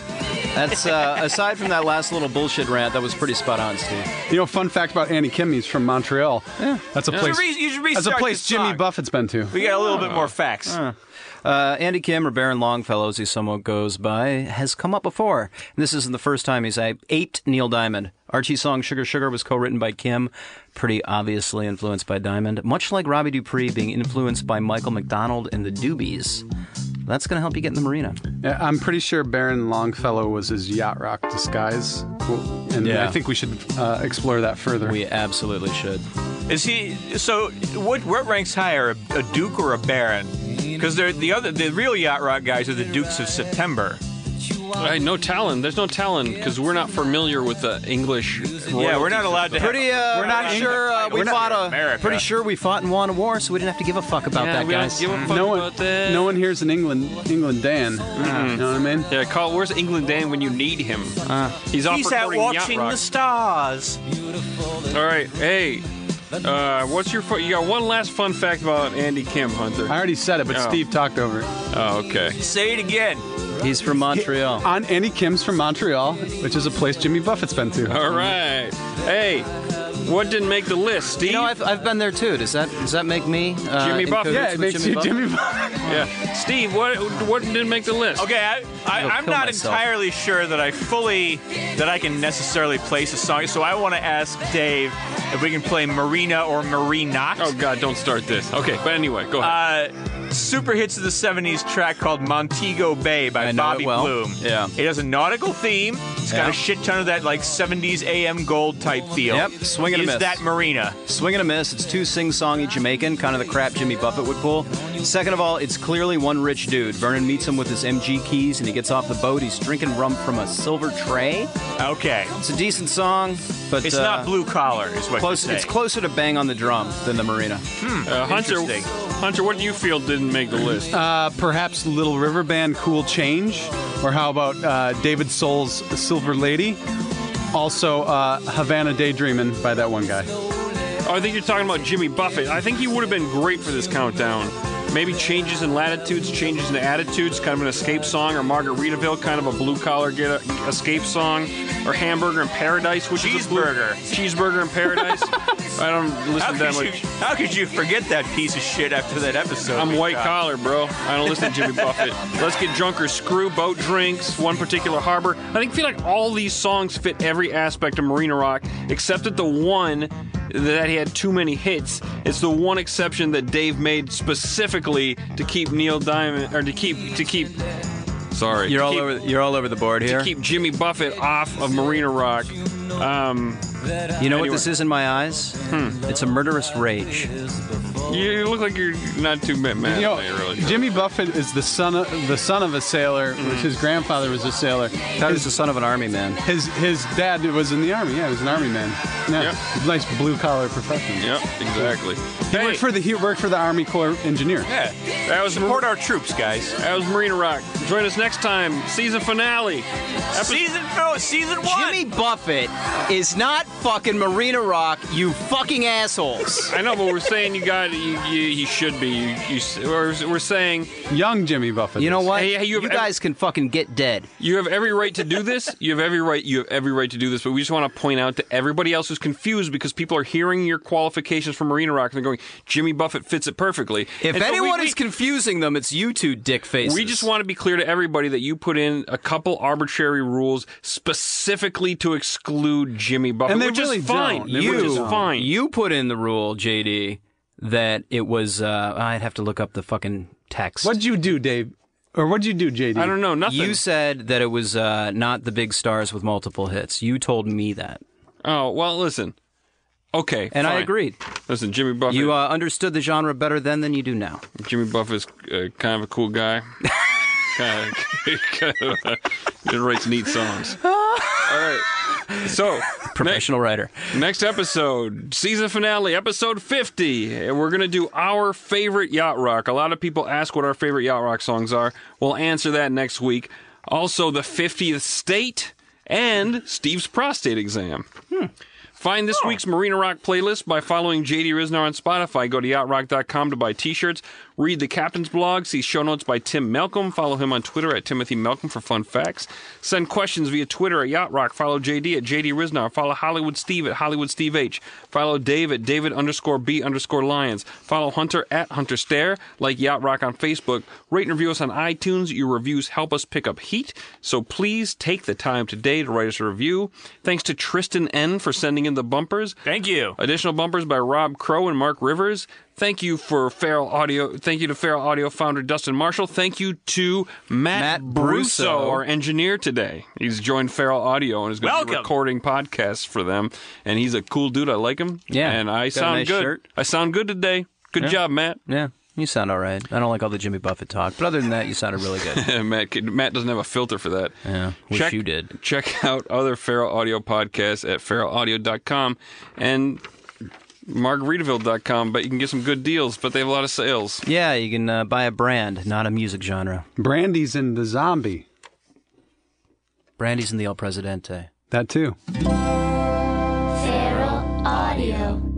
B: That's uh, aside from that last little bullshit rant, that was pretty spot on, Steve.
E: You know, fun fact about Andy Kim, he's from Montreal. Yeah. That's a
D: You
E: place.
D: should, re- you should
E: That's
D: restart
E: a place
D: this
E: Jimmy
D: song.
E: Buffett's been to.
D: We got a little bit more facts.
B: Uh, Andy Kim, or Baron Longfellow, as he somewhat goes by, has come up before. And this isn't the first time he's a- aped Neil Diamond. Archie's song Sugar Sugar was co written by Kim, pretty obviously influenced by Diamond, much like Robbie Dupree being influenced by Michael McDonald and the Doobies. That's going to help you get in the marina.
E: Yeah, I'm pretty sure Baron Longfellow was his yacht rock disguise. Cool. And
B: Yeah.
E: I think we should uh, explore that further.
B: We absolutely should.
D: Is he so? What what ranks higher, a, a duke or a baron? Because they're the other, the real yacht rock guys are the Dukes of September.
C: Hey, no Talon. There's no Talon because we're not familiar with the English.
D: Yeah, we're not allowed to. have-
B: Pretty, uh,
D: we're not
B: sure uh, we
D: we're not-
B: fought a.
D: America.
B: Pretty sure we fought and won a war, so we didn't have to give a fuck about
C: yeah,
B: that,
C: we
B: guys.
C: don't give a fuck
E: no one,
C: about that.
E: no one here's an England England Dan. You know what I mean?
C: Yeah, Carl, where's England Dan when you need him? he's off
D: He's out
C: recording Yacht
D: watching
C: Rock.
D: the stars.
C: All right, hey, uh, what's your fun? You got one last fun fact about Andy Kim, Hunter.
E: I already said it, but
C: Oh.
E: Steve talked over it.
C: Oh, okay.
D: Say it again.
B: He's from Montreal.
E: On Andy Kim's from Montreal, which is a place Jimmy Buffett's been to.
C: All right. Hey, what didn't make the list, Steve?
B: You know, I've, I've been there too. Does that does that make me uh,
C: Jimmy
B: in cahoots
C: Buffett.
E: yeah,
B: with
E: it makes you
B: Buffett?
E: Jimmy Buffett.
C: yeah, Steve. What what didn't make the list?
D: Okay, I, I,
B: I'll
D: I'm
B: kill
D: not
B: myself.
D: entirely sure that I fully that I can necessarily place a song. So I want to ask Dave if we can play Marina or Marie Knox.
C: Oh God, don't start this. Okay, but anyway, go ahead.
D: Uh, super hits of the '70s track called Montego Bay by
B: I know it
D: Bobby
B: well.
D: Bloom.
B: Yeah.
D: it has a nautical theme. It's got
B: Yeah.
D: a shit ton of that like '70s AM gold type feel.
B: Yep, swing and a
D: Is
B: miss.
D: that Marina?
B: Swing and a miss. It's too sing-songy Jamaican, kind of the crap Jimmy Buffett would pull. Second of all, it's clearly one rich dude. Vernon meets him with his MG keys, and he gets off the boat. He's drinking rum from a silver tray.
D: Okay,
B: It's a decent song, but
D: it's
B: uh,
D: not blue collar. Is what
B: Close,
D: you say.
B: it's closer to bang on the drum than the marina.
C: Uh, Hunter,
D: interesting.
C: Hunter, what do you feel didn't make the list?
E: Uh, perhaps Little River Band, Cool Change, or how about uh, David Soul's Silver Lady? Also, uh, Havana Daydreamin' by that one guy.
C: Oh, I think you're talking about Jimmy Buffett. I think he would have been great for this countdown. Maybe changes in latitudes, changes in attitudes, kind of an escape song, or Margaritaville, kind of a blue collar get a, escape song, or Hamburger in Paradise, which is a blue-
D: Cheeseburger.
C: cheeseburger in Paradise. I don't
D: How
C: listen to that
D: could, you,
C: much.
D: how could you forget that piece of shit after that episode?
C: I'm
D: we
C: white
D: shot?
C: collar, bro. I don't listen to Jimmy Buffett. Let's get drunk or screw boat drinks, one particular harbor. I think feel like all these songs fit every aspect of Marina Rock, except that the one that he had too many hits. It's the one exception that Dave made specifically to keep Neil Diamond or to keep to keep
D: Sorry.
F: You're all
C: keep-
F: over. You're all over the board here.
C: to keep Jimmy Buffett off of Marina Rock. Um,
B: You know
C: Anyway.
B: what this is in my eyes? It's a murderous rage.
C: you look like you're not too mad.
E: You know,
C: today, really.
E: Jimmy Buffett is the son of the son of a sailor. Which his grandfather was a sailor.
B: That is the son of an army man.
E: His his dad was in the army. Yeah, he was an army man. Yeah, nice blue collar profession.
C: Yep, exactly.
E: He worked for the he worked for the Army Corps engineer.
D: Yeah.
C: that was
D: Support our troops, guys.
C: That was Marina Rock. Join us next time, season finale.
D: Season no, season one.
B: Jimmy Buffett is not fucking Marina Rock, you fucking assholes.
C: I know, but we're saying you got you, you, you should be. You, you, we're, we're saying
E: Young Jimmy Buffett.
B: You know
E: is.
B: what?
C: Hey, hey, you
B: you
C: have ev-
B: guys can fucking get dead.
C: you have every right to do this. You have every right. You have every right to do this. But we just want to point out to everybody else who's confused because people are hearing your qualifications for Marina Rock and they're going, Jimmy Buffett fits it perfectly.
B: If
C: And so we-
B: anyone
C: we-
B: is confusing them, it's you two dick faces.
C: We just want to be clear to everybody that you put in a couple arbitrary rules specifically to exclude Jimmy Buffett,
E: And they
C: which
E: really
C: is fine.
E: don't. They
C: You, which
E: really
C: is
E: don't.
C: fine.
B: Um, You put in the rule, JD, that it was. Uh, I'd have to look up the fucking text.
E: What'd you do, Dave? Or what'd you do, JD?
C: I don't know nothing.
B: You said that it was uh, not the big stars with multiple hits. You told me that,
C: Oh well, listen. Okay,
B: and I
C: fine.
B: agreed.
C: Listen, Jimmy Buffett.
B: You uh, understood the genre better then than you do now.
C: Jimmy Buffett's uh, kind of a cool guy. kind of, kind of, uh, he writes neat songs. All right. So
B: Professional writer.
C: Next episode, season finale, episode 50. And we're going to do our favorite yacht rock. A lot of people ask what our favorite yacht rock songs are. We'll answer that next week. Also, the 50th state and Steve's prostate exam. Find this week's Marina Rock playlist by following JD Riznar on Spotify. Go to yachtrock.com to buy t shirts, read the captain's blog, see show notes by Tim Malcolm. Follow him on Twitter at Timothy Malcolm for fun facts. Send questions via Twitter at yachtrock. Follow JD at JD Riznar. Follow Hollywood Steve at Hollywood Steve H. Follow Dave at David underscore B underscore Lions. Follow Hunter at Hunter Stare. Like Yacht Rock on Facebook. Rate and review us on iTunes. Your reviews help us pick up heat. So please take the time today to write us a review. Thanks to Tristan N for sending in the bumpers.
D: Thank you.
C: Additional bumpers by Rob Crow and Mark Rivers. Thank you for Feral Audio. Thank you to Feral Audio founder Dustin Marshall. Thank you to
B: Matt
C: Matt, Brusso,
B: Brusso.
C: our engineer today. He's joined Feral Audio and is going to be
D: Welcome.
C: recording podcasts for them. And he's a cool dude. I like him.
B: Yeah.
C: And
B: Got
C: I
B: a
C: sound
B: nice
C: good.
B: shirt.
C: I sound good today. Good job, Matt.
B: Yeah, you sound all right. I don't like all the Jimmy Buffett talk, but other than that, you sounded really good.
C: Matt could- Matt doesn't have a filter for that.
B: Yeah, wish you did.
C: Check out other Feral Audio podcasts at feralaudio.com and margaritaville.com, but you can get some good deals, but they have a lot of sales.
B: yeah, you can uh, buy a brand, not a music genre.
E: Brandy's in the zombie.
B: Brandy's in the El Presidente.
E: That too.
A: Feral Audio.